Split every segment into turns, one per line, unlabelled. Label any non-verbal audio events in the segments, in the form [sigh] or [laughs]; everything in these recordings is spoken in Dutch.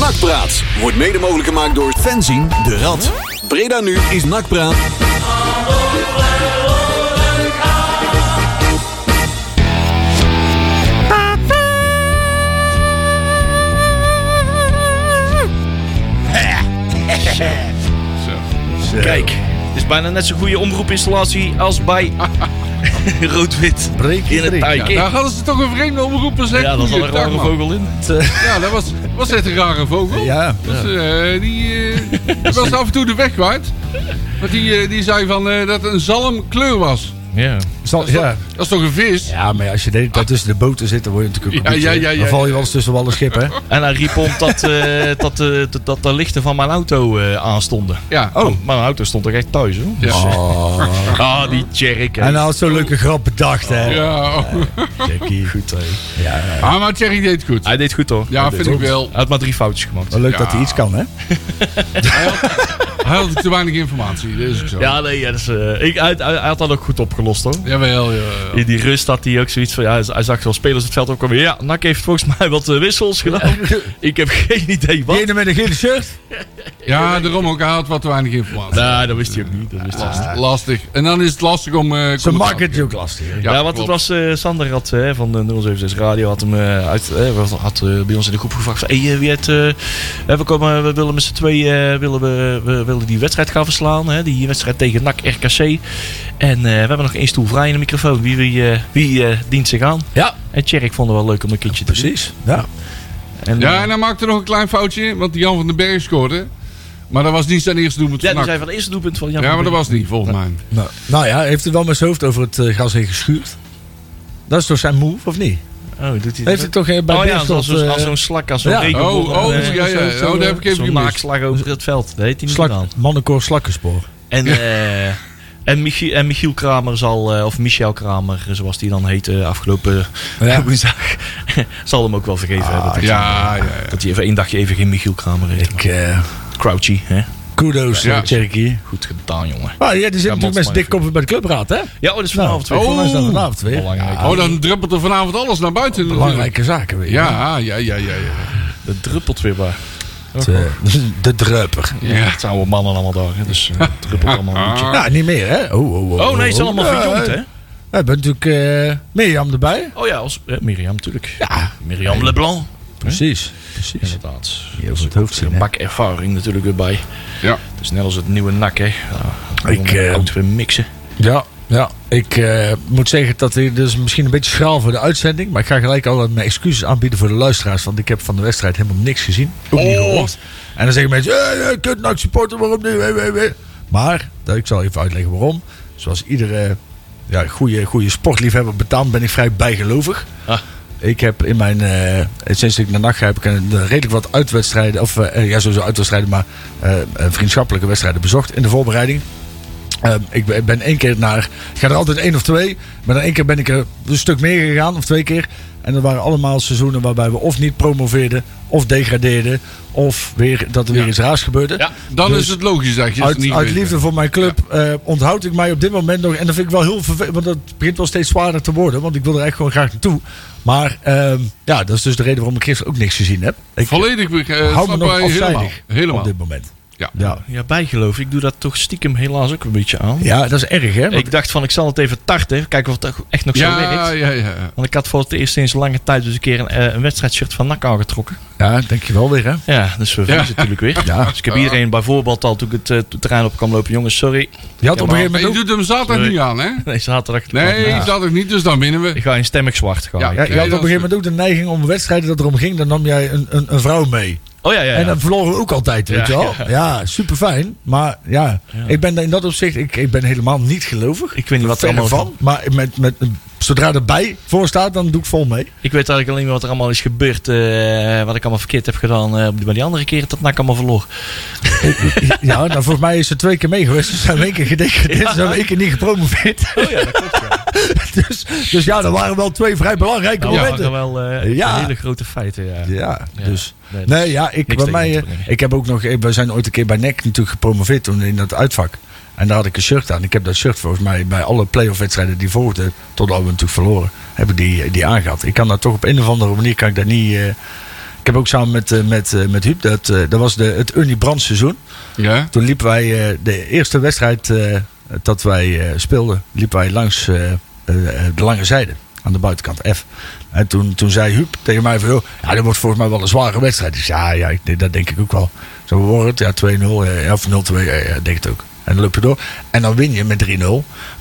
Nakpraat wordt mede mogelijk gemaakt door Fenzin de Rad. Breda nu is Nakpraat.
Kijk, het is bijna net zo'n goede omroepinstallatie als bij [laughs] rood-wit.
Breek je
in het
erin.
tijk.
Nou hadden ze toch een vreemde omroeper zeggen.
Ja, dat is al een
Goeiedag,
rare
man.
vogel in.
Ja, dat was, was echt een rare vogel.
Ja.
Dus, eh, die eh,
[laughs]
die was af en toe de weg kwijt. Want die, eh, die zei van, eh, dat een zalm kleur was.
Ja.
Zal- ja.
Dat is toch een vis?
ja, maar als je de hele tijd tussen de boten zit, dan word je natuurlijk ook
Ja,
een beetje-
ja, ja, ja,
Dan val je
ja.
wel eens tussen wal en schip,
[laughs]
hè?
En hij riep om dat,
[laughs]
eh, dat, eh, dat, dat de lichten van mijn auto eh, aanstonden.
Ja.
Oh, maar mijn auto stond toch echt thuis, hoor.
Ja.
Ah, die Tjerk. hè.
En
nou-
hij had zo'n leuke grap bedacht, hè?
Ja, oh.
Jackie. Goed, hè? Ja,
Ah, maar Thierry deed het goed.
Hij deed goed, hoor.
Ja, vind ik wel.
Hij had maar drie foutjes gemaakt.
wel leuk
Ja.
dat hij iets kan, hè?
Hij had te weinig informatie, dat is ook zo.
Ja, nee, ja, dat is, eh, ik, hij, hij- hij had dat ook goed opgelost, hoor.
Jawel, ja.
In die rust had hij ook zoiets van, ja, hij- hij zag wel spelers het veld opkomen. Ja, Nak heeft volgens mij wat eh, wissels gedaan. Ik heb geen idee wat.
Die ene met een gele shirt.
Ja, daarom ook, hij had wat te weinig informatie.
Nee, dat wist hij ook niet. Dat wist hij niet.
Last- lastig. En dan is het lastig om... eh
Ze
commentaar-
maken het ook lastig. hè?
Ja, want het
klopt.
was eh, Sander had, eh, van de 076 Radio had hem eh, uit, eh, was- had, eh, bij ons in de groep gevraagd. van, Hey, eh, wie het, eh, eh, we, komen, we willen met z'n tweeën eh, willen we, we willen die wedstrijd gaan verslaan. Hè, die wedstrijd tegen NAC RKC. En eh, we hebben nog één stoel vrij in de microfoon. Wie, wie, eh, wie eh, dient zich aan?
Ja.
En Tjerk vond het wel leuk om een kindje te doen.
Precies. Ja.
En, eh,
Ja, en hij maakte nog een klein foutje, in, want Jan van den Berg scoorde. Maar dat was niet zijn eerste doelpunt
ja,
van
die
NAC.
zei van het eerste doelpunt van Jan.
Ja, maar dat
van
was niet, volgens mij.
Nou, nou ja, hij heeft hij wel met zijn hoofd over het eh, gas heen geschuurd? Dat is toch zijn move, of niet?
Beek. Oh, doet hij
Heeft hij
dat?
toch eh, bij
Oh ja,
Beerschot,
als, als,
eh,
als zo'n slak, als zo'n
Ja.
regenboog,
Oh, oh,
eh,
ja, ja.
zo- zo-
Oh, daar heb ik even
Zo'n
gemist.
naakslag over het veld. Dat heeft hij niet gedaan.
slak, mannenkoor slakkenspoor?
[laughs] En, eh, en, Michiel, en Michiel Kramer zal, eh, of Michel Kramer, zoals die dan heette eh, afgelopen
Ja.
[laughs] woensdag, zal hem ook wel vergeven hebben. Dat,
Ah, Ja, ja, ja.
hij- eh, dat hij even één dagje even geen Michiel Kramer heeft.
Ik, eh,
Crouchy, hè?
kudos,
Ja.
ja. Cherky.
Goed gedaan, jongen.
Ah, ja, die
eh.
zit
Ja,
natuurlijk met
Mansman
zijn dikke kop bij de clubraad, hè?
Ja, oh, dat is
Nou,
vanavond
Oh,
weer.
Voor mij is dat vanavond weer.
Belangrijk.
Oh, dan druppelt er vanavond alles naar buiten. natuurlijk.
Belangrijke zaken weer.
Ja, ja, ja, ja. ja.
Dat druppelt weer bij.
Het, eh, [laughs] de druiper.
Ja, het zijn oude mannen allemaal daar, hè? [laughs] dus eh, het druppelt allemaal een beetje.
Ja, niet meer, hè? Oh, oh, oh,
Oh nee, het zijn allemaal
Ja, eh,
verjongd, hè?
We hebben natuurlijk eh, Mirjam erbij.
Oh ja, als, eh, Mirjam natuurlijk.
Ja,
Mirjam Leblanc.
precies. Precies.
Inderdaad.
Die over het hoofd
Er
zien,
een
hè?
bak ervaring natuurlijk weer bij.
Ja.
Het is net als het nieuwe nak, hè? Nou,
Ik, eh,
oud weer mixen.
Ja, ja. Ik eh, moet zeggen dat dit dus misschien een beetje schraal voor de uitzending. Maar ik ga gelijk al mijn excuses aanbieden voor de luisteraars. Want ik heb van de wedstrijd helemaal niks gezien. Ook niet gehoord. En dan zeggen mensen, eh, eh, kut NAC supporter, waarom niet? Eh, eh, eh. Maar, dat, ik zal even uitleggen waarom. Zoals iedere ja, goede, goede sportliefhebber betaamt, ben ik vrij bijgelovig.
Ah.
Ik heb in mijn, eh, sinds ik naar NAC ga, heb ik een, eh, redelijk wat uitwedstrijden, of eh, ja sowieso uitwedstrijden, maar eh, eh, vriendschappelijke wedstrijden bezocht in de voorbereiding. Ehm, ik ben- ben één keer naar. Ik ga er altijd één of twee. Maar dan één keer ben ik er een stuk meer gegaan, of twee keer. En dat waren allemaal seizoenen waarbij we of niet promoveerden, of degradeerden. Of weer, dat er weer
Ja.
iets raars gebeurde.
Ja,
Dan
Dus
is het logisch dat je het
Uit,
niet
uit
weet.
liefde voor mijn club eh, onthoud ik mij op dit moment nog. En dat vind ik wel heel vervelend. Want het begint wel steeds zwaarder te worden. Want ik wil er echt gewoon graag naartoe. Maar ehm, ja, dat is dus de reden waarom ik gisteren ook niks gezien heb. Ik
Volledig uh,
hou me nog
helemaal.
afzijdig
helemaal.
op dit moment.
Ja.
Ja.
Ja, bijgeloof. Ik doe dat toch stiekem helaas ook een beetje aan.
ja, dat is erg hè. Want
Ik dacht van, ik zal het even tarten. even Kijken of het echt nog zo
Ja,
werkt.
ja, ja.
Want ik had voor het eerst sinds lange tijd dus een keer een, eh, een wedstrijdshirt van NAC aangetrokken.
ja, denk je wel weer hè.
Ja, dus we verliezen natuurlijk weer.
Ja.
Dus ik heb iedereen bijvoorbeeld al toen ik het eh, terrein op kwam lopen. Jongens, sorry. [laughs]
Je had op een gegeven
Maar
moment
je
ook
doet hem zaterdag
Nee.
niet aan, hè?
Nee, zaterdag.
Nee, dat ook niet, dus dan winnen we.
Ik ga in stemmig zwart gaan.
Ja.
Ja, je had op
dat
een
is
gegeven moment ook de neiging om wedstrijden dat erom ging, dan nam jij een, een, een vrouw mee.
Oh ja, ja, ja.
En dan verloren we ook altijd,
Ja,
weet je wel. Ja, super fijn. Maar ja, ik ben in dat opzicht, ik, ik ben helemaal niet gelovig.
Ik weet niet wat er
Verre
allemaal
van. Maar met, met, zodra erbij voor staat, dan doe ik vol
[laughs]
mee.
Ik weet eigenlijk alleen maar wat er allemaal is gebeurd. eh, wat ik allemaal verkeerd heb gedaan eh, bij die andere keren dat NAC allemaal verloor.
Ja, nou volgens mij is ze twee keer mee geweest. Ze zijn in één keer gedegradeerd, ze zijn in één keer niet gepromoveerd.
Oh ja, dat klopt.
[laughs] Dus, dus ja, dat waren wel twee vrij belangrijke
Nou, dat
momenten.
waren wel eh,
Ja.
hele grote feiten. Ja.
Ja,
eh, Ja.
dus.
Nee,
Nee,
dat
ja, ik,
niks
bij mij,
tegen
eh,
te brengen.
ik heb ook nog. We zijn ooit een keer bij NEC natuurlijk gepromoveerd toen in dat uitvak. En daar had ik een shirt aan. Ik heb dat shirt volgens mij bij alle playoff wedstrijden die volgden, totdat we natuurlijk verloren, heb ik die, die aangehad. Ik kan dat toch op een of andere manier kan ik dat niet. eh, Ik heb ook samen met, eh, met, eh, met Huub, dat, eh, dat was de, het Ernie Brand seizoen.
Ja.
Toen liepen wij eh, de eerste wedstrijd eh, dat wij eh, speelden, liepen wij langs eh, eh, de lange zijde aan de buitenkant F. En toen, toen zei Huub tegen mij van, "Oh, ja, dat wordt volgens mij wel een zware wedstrijd. Ik zei, ja, ja ik- dat denk ik ook wel. Zo wordt het, ja, 2-0 eh, of 0-2, ja, ja, ik denk het ook. En dan loop je door. En dan win je met 3-0.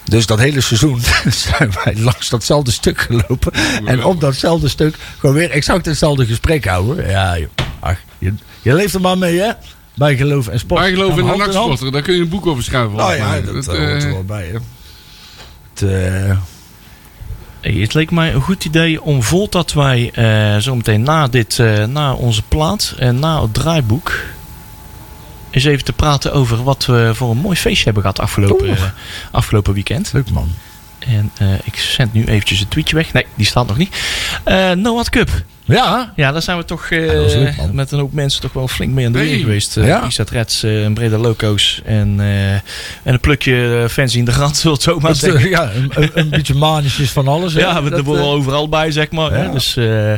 Dus dat hele seizoen [laughs] zijn wij langs datzelfde stuk gelopen. En op datzelfde stuk gewoon weer exact hetzelfde gesprek houden. Ja, joh. Ach, je, je leeft er maar mee, hè? Bij geloof en sport.
Bijgeloof in
Gaan
de
hand hand.
nachtsporter, daar kun je een boek over schrijven.
Nou
volgens
ja,
mij.
dat,
Dat,
eh, hoort
eh,
er wel bij, hè. Het, eh,
Hey, het leek mij een goed idee om vol dat wij eh, zo meteen na, dit, eh, na onze plaat en na het draaiboek. eens even te praten over wat we voor een mooi feestje hebben gehad afgelopen,
Oeh.
eh, afgelopen weekend.
leuk, man.
En eh, ik zend nu eventjes een tweetje weg. Nee, die staat nog niet. Eh Noah Cup.
Ja,
Ja, daar zijn we toch eh,
dat was leuk, man.
met een hoop mensen toch wel flink mee aan de
Hey.
weer geweest. Eh
Ja.
Isat Reds, eh, en Breda Loco's en, eh, en een plukje eh, fans in de rand, zult het zo maar
dat,
zeggen.
eh, ja een, een- een beetje manisjes van alles. hè.
Ja, we
Dat,
er worden
eh,
wel overal bij, zeg maar. Hè?
Ja.
Dus, eh,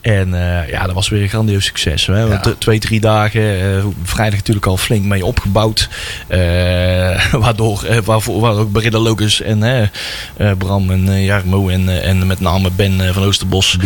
en eh, ja, dat was weer een grandioos succes. Hè? Want, eh, Twee, drie dagen. eh, vrijdag natuurlijk al flink mee opgebouwd. Eh, waardoor, eh, [laughs] waarvoor, waar ook Breda Locus en eh, eh, Bram en eh, Jarmo en, eh, en met name Ben eh, van Oosterbos.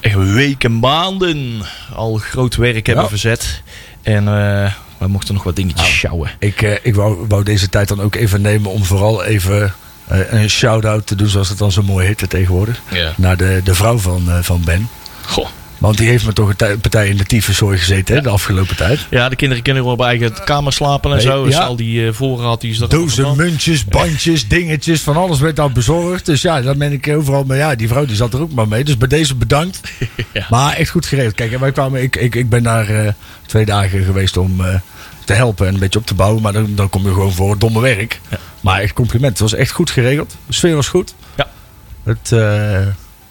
Echt weken, maanden al groot werk hebben
Ja.
verzet. En eh, we mochten nog wat dingetjes sjouwen.
Ik, eh, ik wou, wou deze tijd dan ook even nemen om vooral even eh, een shout-out te doen, zoals het dan zo mooi heette tegenwoordig.
Ja.
Naar de, de vrouw van, eh, van Ben.
Goh.
Want die heeft me toch een tij- partij in de tyfuszooi gezeten hè, de afgelopen tijd.
Ja, de kinderen kunnen wel op eigen kamer slapen en
Nee,
zo. Dus
ja.
al die eh, voorraad die is er
Dozen,
allemaal-
muntjes, bandjes, dingetjes, van alles werd daar bezorgd. Dus ja, dat ben ik overal. Maar ja, die vrouw die zat er ook maar mee. Dus bij deze
[laughs]
bedankt. Maar echt goed geregeld. Kijk, en wij kwamen, ik, ik, ik ben daar eh, twee dagen geweest om eh, te helpen en een beetje op te bouwen. Maar dan, dan kom je gewoon voor het domme werk. Maar echt compliment. Het was echt goed geregeld. De sfeer was goed.
Ja.
Het, eh,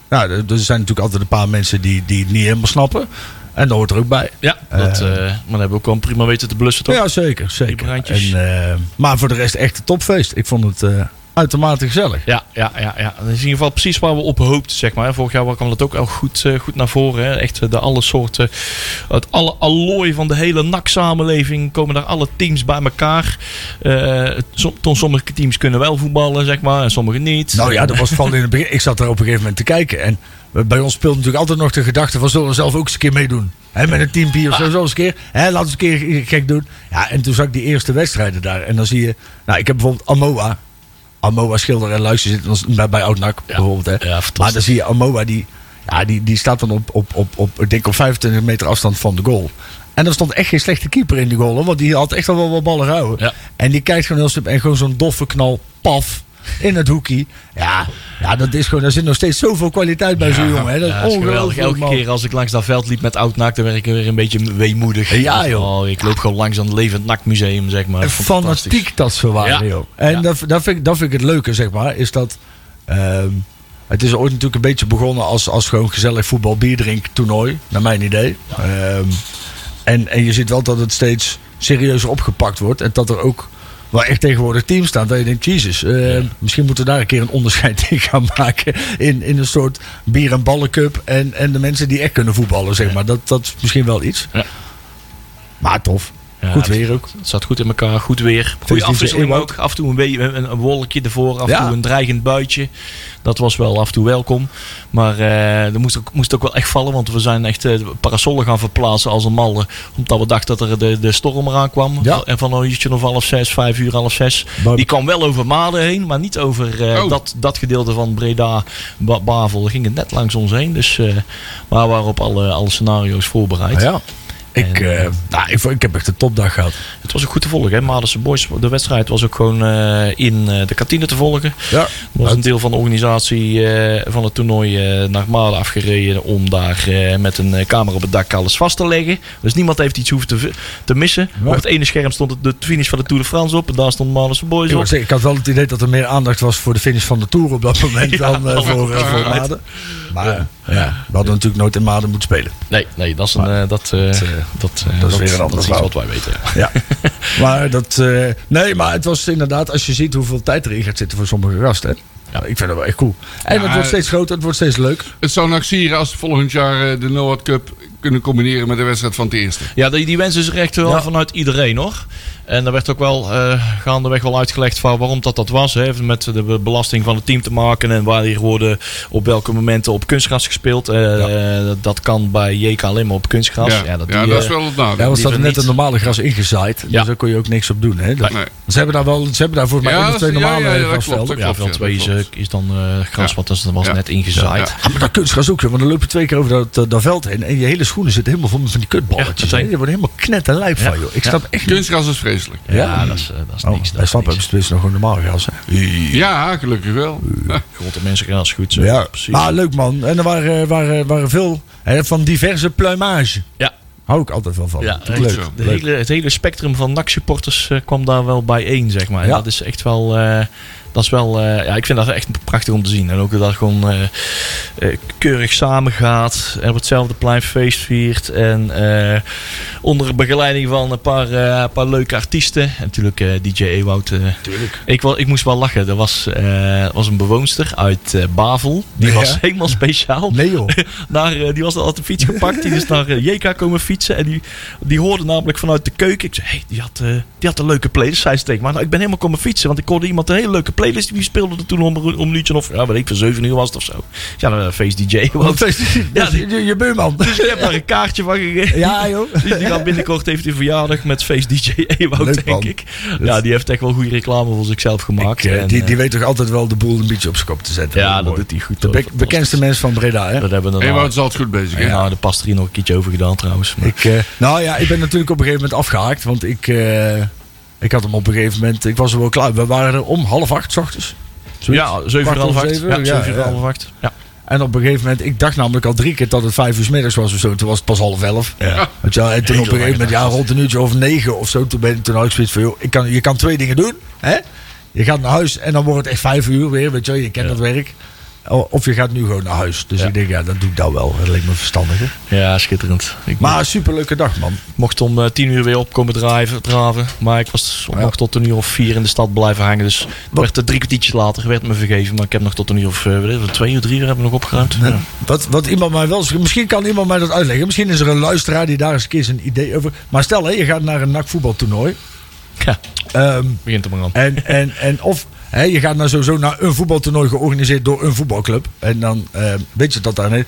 nou, er er zijn natuurlijk altijd een paar mensen die, die het niet helemaal snappen. En dat hoort er ook bij.
Ja, dat,
Eh,
eh, maar dat hebben we ook wel prima weten te blussen, toch?
Ja, zeker. zeker.
brandjes.
En, eh, maar voor de rest echt een topfeest. Ik vond het eh, uitermate gezellig.
Ja, ja, ja, ja. Dat is in ieder geval precies waar we op hoopten, zeg maar. Vorig jaar kwam dat ook al goed, eh, goed naar voren. Hè. Echt eh, de alle soorten, het alle allooi van de hele NAC-samenleving komen daar alle teams bij elkaar. Eh, som- tom- sommige teams kunnen wel voetballen, zeg maar, en sommige niet.
Nou
[laughs]
ja, dat was vooral in het begin. Ik zat daar op een gegeven moment te kijken. En bij ons speelt natuurlijk altijd nog de gedachte van... zullen we zelf ook eens een keer meedoen? Hè, met een teampie of zo, zo eens een keer. Hè, laten we eens een keer gek doen. Ja, en toen zag ik die eerste wedstrijden daar. En dan zie je... Nou, ik heb bijvoorbeeld Amoa. Amoa Schilder en Luister zitten ons- bij, bij Oud-Nak bijvoorbeeld. Hè.
ja, fantastisch.
maar dan zie je Amoa, die, ja, die, die staat dan op, op, op, op, ik denk op 25 meter afstand van de goal. En er stond echt geen slechte keeper in die goal. hoor, Want die had echt al wel wat ballen gehouden.
Ja.
En die kijkt gewoon heel slim. En gewoon zo'n doffe knal. Paf. In het hoekje. Ja, ja dat is gewoon, er zit nog steeds zoveel kwaliteit bij zo'n jongen. Hè. Dat
Ja,
is
is geweldig.
ongelooflijk.
Elke
man.
keer als ik langs dat veld liep met oud NAC, dan werd ik weer een beetje weemoedig.
Ja, joh.
Oh, ik loop gewoon langs aan het Levend NAC Museum, zeg maar.
En
Fantastisch.
fanatiek dat ze waren,
Ja.
joh. En
Ja.
dat, dat, vind ik, dat vind ik het leuke, zeg maar, is dat... ehm, het is ooit natuurlijk een beetje begonnen als, als gewoon gezellig voetbal bierdrink toernooi, naar mijn idee. Ehm, en, en je ziet wel dat het steeds serieuzer opgepakt wordt. En dat er ook wel echt tegenwoordig teams staan. Dat je denkt, jezus, eh, misschien moeten we daar een keer een onderscheid in gaan [laughs] maken. In, in een soort bier- en ballencup. En, en de mensen die echt kunnen voetballen, zeg maar. Dat, dat is misschien wel iets.
Ja.
Maar tof.
Ja,
Goed
dat-
weer ook.
Het zat goed in elkaar, goed weer.
Dus
Goede
die
afwisseling
inhoud-
ook. Af en toe een, beetje een, een wolkje ervoor, af en
Ja.
toe een dreigend buitje. Dat was wel af en toe welkom. Maar eh er moest ook, moest ook wel echt vallen, want we zijn echt eh, parasollen gaan verplaatsen als een malle. Omdat we dachten dat er de, de storm eraan kwam.
Ja.
En van een uurtje of half zes, vijf uur, half zes.
Maar-
Die kwam wel over Maden heen, maar niet over eh,
Oh.
dat, dat gedeelte van Breda, Ba- Bavel. Daar ging het net langs ons heen. Dus, eh, maar we waren op alle, alle scenario's voorbereid.
Ja. Ik,
En,
eh, nou, ik, vo- ik heb echt een topdag gehad.
Het was ook goed te volgen. Hè? Madense Boys, de wedstrijd was ook gewoon eh, in eh, de kantine te volgen.
Ja.
Er was een deel van de organisatie eh, van het toernooi eh, naar Maden afgereden om daar eh, met een eh, camera op het dak alles vast te leggen. Dus niemand heeft iets hoeven te, v- te missen.
Nee.
Op het ene scherm stond het- de finish van de Tour de France op en daar stond Madense
Dus
Boys
Ik, wou
op.
zeggen, ik had wel het idee dat er meer aandacht was voor de finish van de Tour op
[laughs]
dat moment
Ja,
dan eh,
dat
voor,
maakt
eh, voor
uit.
Maden. Maar ja. we hadden natuurlijk nooit in Maden moeten spelen.
Nee, nee, dat is een, eh, dat, eh, dat, eh,
dat is weer een ander
dat is iets
verhaal.
wat wij weten.
[laughs]
Ja. maar dat, eh, nee, maar het was inderdaad, als je ziet hoeveel tijd erin gaat zitten voor sommige gasten. hè. Ja, ik vind dat wel echt cool. En
Ja, eh, nou,
het wordt steeds groter, het wordt steeds leuk.
Het zou nog sieren als volgend jaar eh, de Noord Cup kunnen combineren met de wedstrijd van het eerste.
Ja, die, die wens is er echt wel vanuit iedereen hoor. En daar werd ook wel eh, gaandeweg wel uitgelegd van waarom dat dat was. Hè. Heeft Met de be- belasting van het team te maken en waar hier worden op welke momenten op kunstgras gespeeld. Eh, eh, dat- dat kan bij JK alleen maar op kunstgras. Ja, dat, die,
dat is
eh,
wel het
Ja,
nadeel.
want ze hadden net
niet.
een normale gras ingezaaid.
Ja.
Dus daar kon je ook niks op doen. Hè? Dat-
Nee.
Ze hebben daar wel, ze hebben daar volgens mij
Ja,
één of
dat
twee
is- ja,
normale
ja, ja, dat
grasvelden.
klopt,
ja,
dat
van
klopt,
twee
ja,
is,
dat
eh, is dan eh, gras,
Ja.
wat dat was
Ja.
net ingezaaid.
Ja,
Ah, maar dat kunstgras ook, joh, want dan loop je twee keer over dat, dat, dat veld heen. En je hele schoenen zitten helemaal vol van die
Ja,
kutballetjes.
dat
hè.
zijn-
je wordt helemaal knet en lijf van, joh. Ik
Ja.
snap echt niet.
Kunstgras is vreselijk.
Ja, dat is, eh, dat is
Oh,
niks. Dat
bij
is
Stappen hebben
niks.
ze tenminste nog een normaal gras. Hè?
Ja, gelukkig wel.
Grote mensen gaan als goed zo.
Ja,
precies.
maar leuk man. En er waren, eh, waren, waren veel hè, van diverse pluimage.
Ja.
Hou ik altijd wel van.
Ja,
Vind ik
eh,
leuk.
zo.
De
leuk.
hele, het hele spectrum van NAC-supporters eh, kwam daar wel bijeen, zeg maar. En
Ja.
Dat is echt wel... eh, dat is wel eh, ja, ik vind dat echt prachtig om te zien. En ook dat het gewoon eh, eh, keurig samengaat. En op hetzelfde plein feest viert. En eh, onder begeleiding van een paar, eh, een paar leuke artiesten. En natuurlijk eh, DJ Ewout. eh, ik, wel, ik moest wel lachen. Er was, eh, was een bewoonster uit eh, Bavel. Die
Ja.
was [laughs] helemaal speciaal [laughs]
Nee joh.
naar, eh, die was dan altijd de fiets gepakt. Die is naar eh, JK komen fietsen. En die, die hoorde namelijk vanuit de keuken. Ik zei, hey, die, had, eh, die had een leuke playlist. Zij steek maar. Nou, ik ben helemaal komen fietsen. Want ik hoorde iemand een hele leuke playlist. Die speelde er toen om, om een uurtje of... Ja, weet ik, van 7 uur was het of zo. Dus Ja, een feest
[laughs]
DJ. Want, [laughs] ja, die-
je, je buurman.
dus ik heb daar een kaartje van gegeven.
Ja joh.
Die, die gaat binnenkort heeft een verjaardag met feest DJ Ewout,
Leuk, man.
denk ik. Ja, die heeft echt wel goede reclame voor zichzelf gemaakt.
Ik, eh,
En,
die,
eh,
die weet toch altijd wel de boel een beetje op zijn kop te zetten.
ja,
Mooi.
dat doet hij goed.
De
hoor.
bek- bekendste mens van Breda, hè?
Dat hebben we daarna-
Ewout is altijd goed bezig. hè?
Ja, de past er hier nog een keertje over gedaan trouwens. Maar-
Ik, eh, nou ja, ik ben natuurlijk op een gegeven moment afgehaakt. Want ik, eh, ik had hem op een gegeven moment... Ik was er wel klaar. We waren er om half acht 's ochtends. Zoiets.
Ja, 7 uur
Kwart
half
over
acht.
zeven,
Ja,
ja,
7 uur
ja.
half acht. Ja.
En op een gegeven moment... Ik dacht namelijk al drie keer dat het vijf uur 's middags was of zo. Toen was het pas half elf.
Ja.
Weet je wel, en toen
Hele
op een gegeven
lange
moment... Ja,
dag.
rond een uurtje of negen of zo. Toen, ben, toen had ik zoiets van... Joh, ik kan, je kan twee dingen doen. Hè? Je gaat naar huis en dan wordt het echt vijf uur weer. Weet je wel, je kent dat werk. O- Of je gaat nu gewoon naar huis. Dus
Ja.
ik denk, ja, dat doe ik dan wel. Dat leek me verstandiger.
ja, schitterend. Ik
Maar superleuke dag, man.
mocht om eh, 10 uur weer opkomen draven, draven. Maar ik was
Ja.
nog tot een uur of vier in de stad blijven hangen. Dus
Wat-
werd er drie kwartiertjes later werd me vergeven. Maar ik heb nog tot een uur of eh, weet ik veel, twee uur, drie uur heb ik nog opgeruimd. Ja.
Wat, wat iemand mij wel. Misschien kan iemand mij dat uitleggen. Misschien is er een luisteraar die daar eens een keer zijn idee over. Maar stel, hè, je gaat naar een nakvoetbaltoernooi.
Ja,
Ehm,
begint er maar aan.
en, en, en of hè, je gaat nou sowieso naar een voetbaltoernooi georganiseerd door een voetbalclub. En dan ehm, weet je dat daar niet.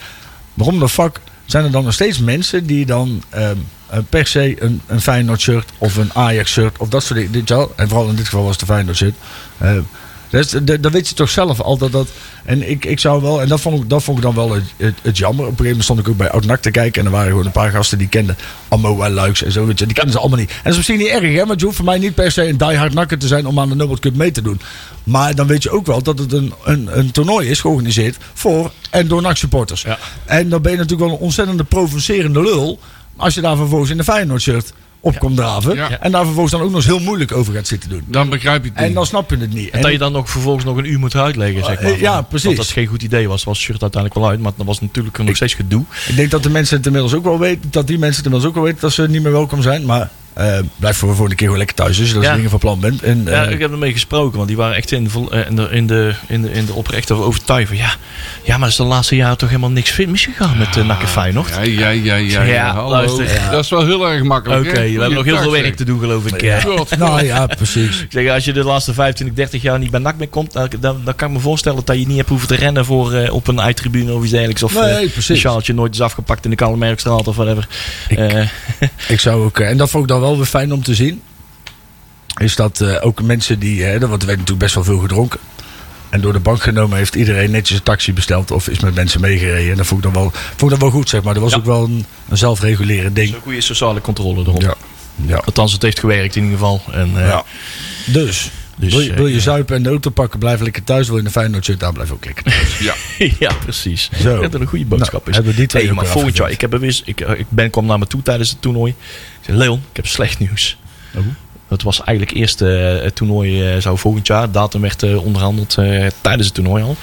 Waarom de fuck zijn er dan nog steeds mensen die dan ehm, eh, per se een, een Feyenoord shirt of een Ajax shirt of dat soort dingen. weet je wel? En vooral in dit geval was het de Feyenoord shirt. Ehm, dus, d- dat weet je toch zelf altijd dat. En ik, ik zou wel, en dat vond ik, dat vond ik dan wel het, het, het jammer. Op een gegeven moment stond ik ook bij Oudnak te kijken. En er waren gewoon een paar gasten die kenden Ammo en Luiks en zo. Weet je, die kennen ze allemaal niet. En dat is misschien niet erg, hè? Want je hoeft voor mij niet per se een diehard nakker te zijn om aan de Nobel Cup mee te doen. Maar dan weet je ook wel dat het een, een, een toernooi is georganiseerd voor en door NAC supporters.
Ja.
En dan ben je natuurlijk wel een ontzettende provocerende lul. Als je daar vervolgens in de Feyenoord shirt op komt draven.
Ja.
En daar vervolgens dan ook nog eens heel moeilijk over gaat zitten doen.
Dan begrijp je het niet.
En dan snap je het niet.
En
En-
dat je dan ook vervolgens nog een uur moet uitleggen, zeg maar.
Eh, ja,
van-
precies.
Dat dat geen goed idee was. Was het shirt uiteindelijk wel uit, maar dat was natuurlijk nog steeds gedoe.
Ik denk dat de mensen het inmiddels ook wel weten. Dat die mensen het inmiddels ook wel weten dat ze niet meer welkom zijn. Maar eh, blijf voor de volgende keer gewoon lekker thuis. Dus dat je
Ja.
dingen van plan bent. En,
Ja,
eh,
ik heb ermee gesproken, want die waren echt in de, vol- eh, in de, in de, in de, in de oprechte overtuiging. van, Ja, ja, maar is de laatste jaren toch helemaal niks fi- misgegaan met uh, Nakke Feyenoord?
Ja, ja, ja, ja.
Ja,
Hallo.
luister. Ja.
Dat is wel heel erg
Oké,
makkelijk. hè?
we hebben nog heel veel
Goeiedag,
werk te doen, geloof ik.
zeg.
eh.
God,
nou ja, precies.
Ik zeg, als je de laatste 25, 30 jaar niet bij NAC meer komt, dan, dan, dan kan ik me voorstellen dat je niet hebt hoeven te rennen voor, eh, op een uittribune of iets dergelijks. Of
Nee,
eh,
precies.
een sjaaltje nooit is afgepakt in de Kalemerkstraat of whatever. Eh,
Ik zou ook, eh, en dat vond ik dan wel weer fijn om te zien. Is dat eh, ook mensen die. Hè, want er werd natuurlijk best wel veel gedronken. En door de bank genomen heeft iedereen netjes een taxi besteld. Of is met mensen meegereden. En dat vond ik dan wel, vond ik dan wel goed, zeg maar. Dat was
Ja.
ook wel een, een zelfregulerend ding.
zo'n goede sociale controle erop.
Ja. ja.
Althans, het heeft gewerkt in ieder geval. En, eh,
Ja. Dus,
Dus,
wil je, wil je
eh,
zuipen en de auto pakken, blijf lekker thuis. Wil je een Feyenoord shirt aan, blijf ook lekker thuis.
Ja.
[laughs] ja, precies.
Zo.
Ik denk dat een goede boodschap
Nou,
is.
hebben we die twee
Hey,
ook
maar
weer
volgend jaar, ik,
afgevinkt.
heb er weer, eens- ik, eh, ik ben kwam naar me toe tijdens het toernooi. Ik zei, Leon, ik heb slecht nieuws.
Oh.
Dat was eigenlijk eerst eh, het toernooi eh, zou volgend jaar. Datum werd eh, onderhandeld eh, tijdens het toernooi al.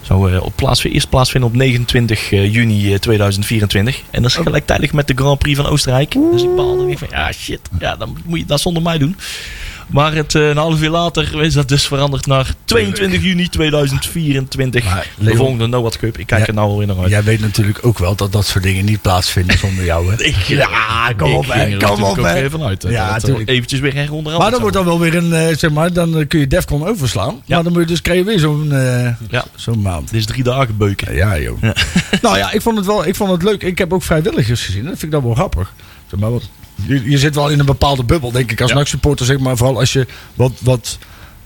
Zou eh, op plaats, eerst plaatsvinden op 29 eh, juni eh, 2024. En dat
Oh.
is gelijktijdig met de Grand Prix van Oostenrijk. Dus ik baalde weer van, ja shit, ja, dan moet je dat zonder mij doen. Maar het, eh, een half uur later is dat dus veranderd naar 22 juni 2024.
Maar,
de
Leon-
volgende Noord Cup. Ik kijk
Ja.
er nou alweer naar uit.
Jij weet natuurlijk ook wel dat dat soort dingen niet plaatsvinden zonder jou,
[laughs]
hè?
Ik,
Ja, kom
ik
op,
ging
hè,
er
kom
natuurlijk
op,
ook
hè.
weer vanuit.
Ja,
Ja,
tuurlijk.
Eventjes weer heronder.
Maar dan wordt dan wel weer een, eh, zeg maar, dan eh, kun je Defcon overslaan.
Ja.
Maar dan moet je dus krijg je weer zo'n eh,
Ja.
zo'n maand.
Dit is drie dagen beuken.
Ja, joh.
Ja.
[laughs] nou ja, ik vond het wel ik vond het leuk. Ik heb ook vrijwilligers gezien. Dat vind ik dan wel grappig. Zeg maar, wat, je, je zit wel in een bepaalde bubbel, denk ik, als
Ja.
NAC-supporter. Zeg maar, vooral als je wat, wat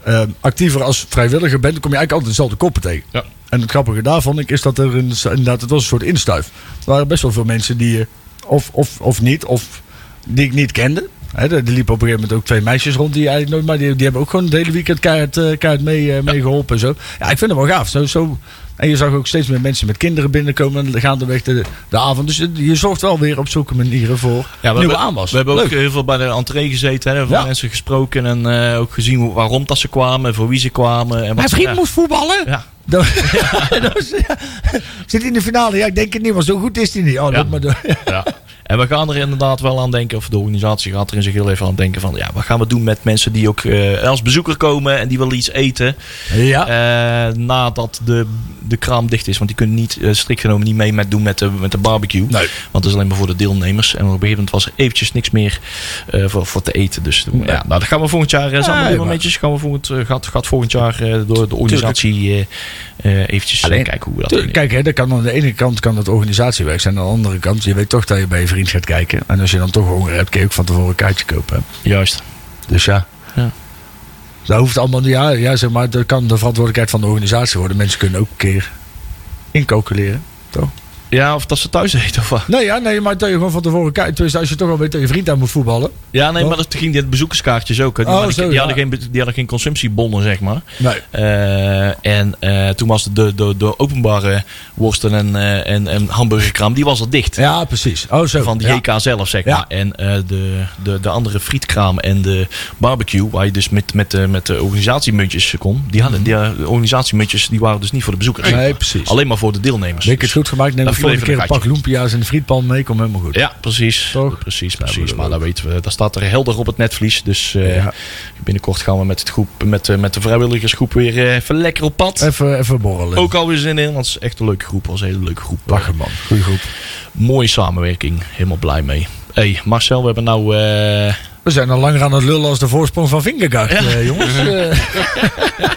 ehm, actiever als vrijwilliger bent, dan kom je eigenlijk altijd dezelfde koppen tegen.
Ja.
En het grappige daarvan ik, is dat er een, inderdaad, het was een soort instuif. Er waren best wel veel mensen die, eh, of, of, of niet, of die ik niet kende. Hè, er er liepen op een gegeven moment ook twee meisjes rond die eigenlijk nooit, maar die, die hebben ook gewoon het hele weekend keihard, eh, keihard mee, eh, mee geholpen en zo. Ja, ik vind het wel gaaf. Zo, zo. En je zag ook steeds meer mensen met kinderen binnenkomen en gaandeweg de, de avond. Dus je zorgt wel weer op zulke manieren voor
Ja, we,
nieuwe
hebben-
aanwas.
we hebben
Leuk.
ook heel veel bij de entree gezeten. Hè, van
Ja.
mensen gesproken en eh, ook gezien hoe- waarom dat ze kwamen, voor wie ze kwamen. En wat
Mijn
ze-
vriend
ja.
moest voetballen.
Ja.
[laughs] Dat- dat was- ja. Zit in de finale. Ja, ik denk het niet, maar zo goed is hij niet. Oh,
Ja.
dat maar door.
Ja. En we gaan er inderdaad wel aan denken, of de organisatie gaat er in zich heel even aan denken van, ja, wat gaan we doen met mensen die ook eh, als bezoeker komen en die willen iets eten,
Ja.
eh, nadat de, de kraam dicht is. Want die kunnen niet, eh, strikt genomen niet mee met doen met de, met de barbecue.
Nee.
Want dat is alleen maar voor de deelnemers. En op een gegeven moment was er eventjes niks meer eh, voor, voor te eten. Dus eh, ja, nou, dat gaan we volgend jaar, eh, zijn
Ja,
we
maar-
momentjes, gaan we volgend, eh, gaat, gaat volgend jaar eh, door de organisatie eh eh, eventjes eh,
Alleen-
kijken hoe we dat
Tuurlijk,
doen.
Kijk, hè, dat kan aan de ene kant kan dat organisatiewerk zijn. Aan de andere kant, je weet toch dat je bij je vriend gaat kijken. En als je dan toch honger hebt, kun je ook van tevoren een kaartje kopen. hè.
Juist.
Dus ja.
Ja.
Dat hoeft allemaal niet. Ja, ja, zeg maar, dat kan de verantwoordelijkheid van de organisatie worden. Mensen kunnen ook een keer incalculeren.
Ja, of dat ze thuis eten of wat.
Nee, ja, nee, maar dat je gewoon van tevoren kijkt. Dus als je toch al weet dat je vriend aan moet voetballen.
Ja, nee,
Toch?
maar dat ging dit bezoekerskaartjes ook. hè. Die,
Oh,
hadden,
zo,
die,
ja.
hadden geen, be- die hadden geen consumptiebonnen, zeg maar.
Nee.
Eh, en eh, toen was de, de, de openbare worsten en, eh, en, en hamburgerkraam, die was al dicht.
Ja, precies. Oh, zo.
Van de
ja.
JK zelf, zeg
Ja.
maar. En eh, de, de, de andere frietkraam en de barbecue, waar je dus met, met, de- met de organisatiemuntjes kon. Die hadden, die, eh, de organisatiemuntjes die waren dus niet voor de bezoekers.
Mhm. Nee, precies.
Alleen maar voor de deelnemers.
Dikke is goed gemaakt. Neem
Dat
de volgende
viel even
keer een
een
pak lumpia's en een frietpan mee. Kom helemaal goed.
Ja, precies.
Toch?
Precies,
bedoel
precies.
ik
Maar dat weten we. Dat staat er helder op het netvlies. Dus eh,
Ja.
binnenkort gaan we met, het groep, met, eh, met de vrijwilligersgroep weer eh, even lekker op pad.
Even, even borrelen.
Ook alweer zin in, want het is echt een leuke groep. was een hele leuke groep.
Lachen, man. Goeie groep.
Mooie samenwerking. Helemaal blij mee. hey, Marcel, we hebben nou... eh,
We zijn al langer aan het lullen als de voorsprong van Vingegaard, eh, jongens.
[laughs]
Eh,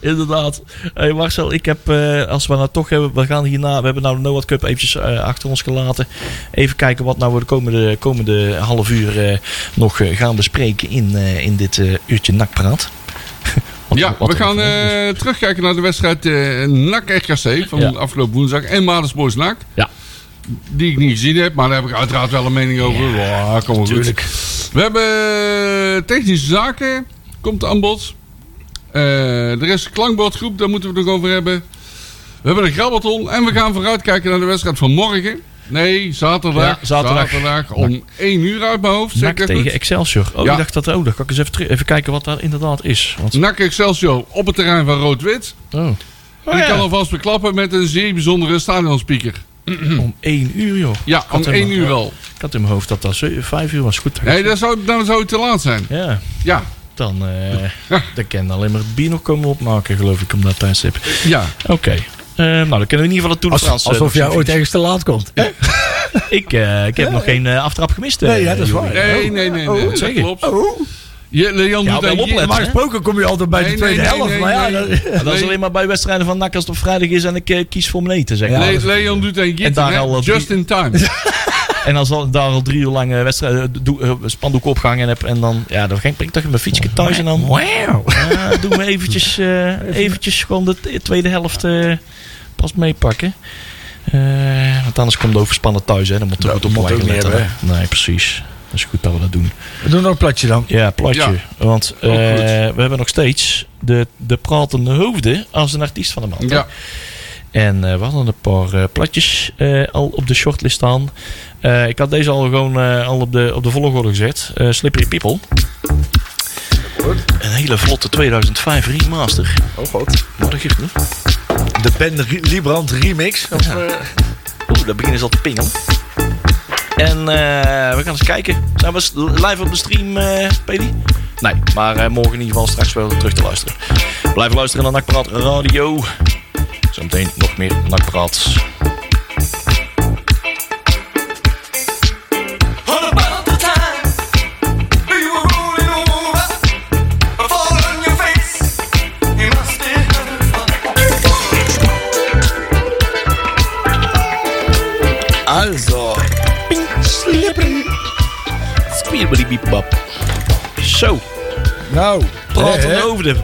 Inderdaad. Hey Marcel, ik heb, eh, als we nou toch hebben, we gaan hierna, we hebben nou de Noord Cup eventjes eh, achter ons gelaten. Even kijken wat nou we de komende, komende half uur eh, nog eh, gaan bespreken in, eh, in dit eh, uurtje nakpraat. [laughs] Wat-
Ja,
wat
we
er
gaan
nog is.
eh, terugkijken naar de wedstrijd eh NAC-RKC van
Ja.
afgelopen woensdag. En Maartensboys NAC.
Ja.
Die ik niet gezien heb, maar daar heb ik uiteraard wel een mening over. Ja, kom maar goed.
Tuurlijk.
We hebben eh, technische zaken, komt aan bod. Eh, er is een klankbordgroep, daar moeten we het nog over hebben. We hebben een grabbelton en we gaan vooruitkijken naar de wedstrijd van morgen. Nee, zaterdag.
Ja, zaterdag.
om 1 uur uit mijn hoofd. Zeg ik dat
NAC tegen
goed?
Excelsior. Oh,
Ja.
ik dacht dat ook. Dan kan ik eens even, terug- even kijken wat daar inderdaad is. Want,
NAC Excelsior op het terrein van Rood-Wit.
oh.
En Hm. ik
ja.
kan alvast beklappen met een zeer bijzondere stadionspeaker.
Om 1 uur, joh.
Ja,
Ik had
om
in
1
mijn-
uur wel.
Ik had in mijn hoofd dat dat 5 uur was. Goed.
Nee, dat zou, dan zou het te laat zijn.
Ja.
Ja,
Dan, eh [laughs] dan kan alleen maar het bier nog komen opmaken, geloof ik, om dat tijdstip.
ja.
Oké. Eh, nou, dan kunnen we in ieder geval het Tour de
Als-
France, eh,
alsof
nog
jij
zien.
ooit ergens te laat komt.
Ik, eh, ik heb nog geen eh, aftrap gemist. eh,
Nee, ja, dat is
Jorie.
waar.
Nee, nee, nee. nee, dat
zeg je?
klopt.
Oh,
Je, Leon
Ja,
doet
wel
een-
opletten.
normaal gesproken kom je altijd bij
Nee,
de tweede
nee, nee,
helft.
nee,
maar ja,
nee.
dat-
Maar dat is
Le-
alleen maar bij wedstrijden van NAC als het op vrijdag is en ik eh, kies voor mijn eten, zeg
Ja,
maar.
Le- Leon doet een
En daar
gitten,
al
hè?
wat
just
drie-
in
[laughs]
time.
En als al, daar al drie uur lang eh, wedstrijden, eh, doe- eh, spandoeken opgehangen heb en dan, ja, dan ging ik toch in mijn fietsje thuis en dan
Wauw.
ja, doen we
[laughs]
eventjes, eh, eventjes gewoon de t- tweede helft eh, pas meepakken. Eh, want anders komt de overspannen thuis, hè. Dan moet er
Dat
goed op
moet
blijven
ook niet
letten,
hebben,
hè. Nee, precies. Dat is goed dat we dat doen.
[laughs] Doe nog een platje dan.
Ja, platje. Want eh,
Ook goed.
we hebben nog steeds de, de pratende hoofden als een artiest van de maand.
Ja.
En eh, we hadden een paar eh, platjes eh, al op de shortlist staan. Eh, ik had deze al gewoon eh, al op, de, op de volgorde gezet. Eh, Slippery People. Een hele vlotte 2005 remaster.
Oh god.
Wat een gift, hè?
De Ben Ri- Librand remix. Of, eh,
Oeh, daar beginnen ze al te pingelen. En eh, we gaan eens kijken. Zijn we s- live op de stream, eh Pedi? Nee, maar eh, morgen in ieder geval straks wel terug te luisteren. Blijf luisteren naar Nakpraat Radio. Zometeen nog meer Nakpraat. Also. Pink, slippery. Squibberdybiebab. Zo,
Nou,
praten
hè, hè?
over de...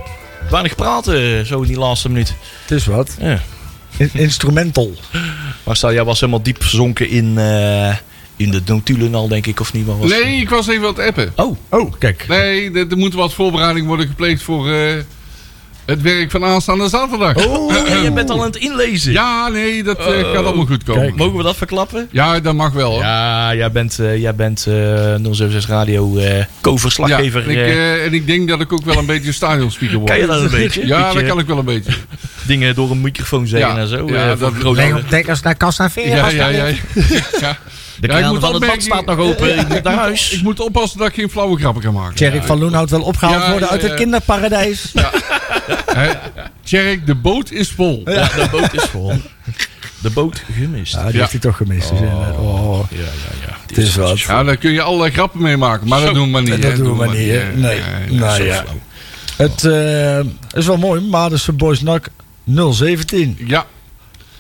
Weinig praten, zo in die laatste minuut.
Het is wat.
Ja.
In- instrumental.
Marcel, jij was helemaal diep verzonken in, eh, in de notulen al, denk ik, of niet? Wat was het?
Nee, ik was even aan het appen.
Oh,
Oh, kijk.
Nee, er, er moet wat voorbereiding worden gepleegd voor eh, het werk van aanstaande zaterdag. [clears throat] Ehm,
oh ja, je bent al aan het inlezen.
Ja, nee, dat eh, gaat allemaal goed komen.
Kijk.
Mogen we dat verklappen?
Ja, dat mag wel. hoor.
Oh, Ja, jij bent, eh, jij bent eh, 076 Radio eh
Ja,
co-verslaggever.
en, ik,
eh,
eh, en ik denk dat ik ook wel een beetje stadionspeaker word.
kan je dat een
[laughs]
beetje?
Ja, dat
Beetje
kan ik wel een beetje.
Dingen door een microfoon zeggen
Ja,
en zo.
ja,
eh, voor
dat-
grote-
Nee,
Denk als naar Casa Vera.
Ja, ja, ja. ja.
[laughs] De
Ja, ik
kraan
moet
van het bad
opmerking-
staat nog open. Ik moet Eh, naar huis.
Ik moet oppassen dat ik geen flauwe grappen kan maken.
Tjerk van Loenhout wil opgehaald
Ja,
worden
ja,
uit
ja.
het kinderparadijs.
Hè? Tjerk, de boot is vol.
Ja, de boot is vol. De boot gemist.
Ah, die heeft hij toch gemist. Dus, eh, oh,
Ja, ja, ja.
het is wat.
Ja, daar kun je allerlei grappen mee maken, maar dat doen we niet.
Dat
hè.
doen we maar niet, hè.
hè.
Nee. Nou
zo
ja.
flauw.
Het eh, is wel mooi, maar dus voor Boys NAC 017.
Ja,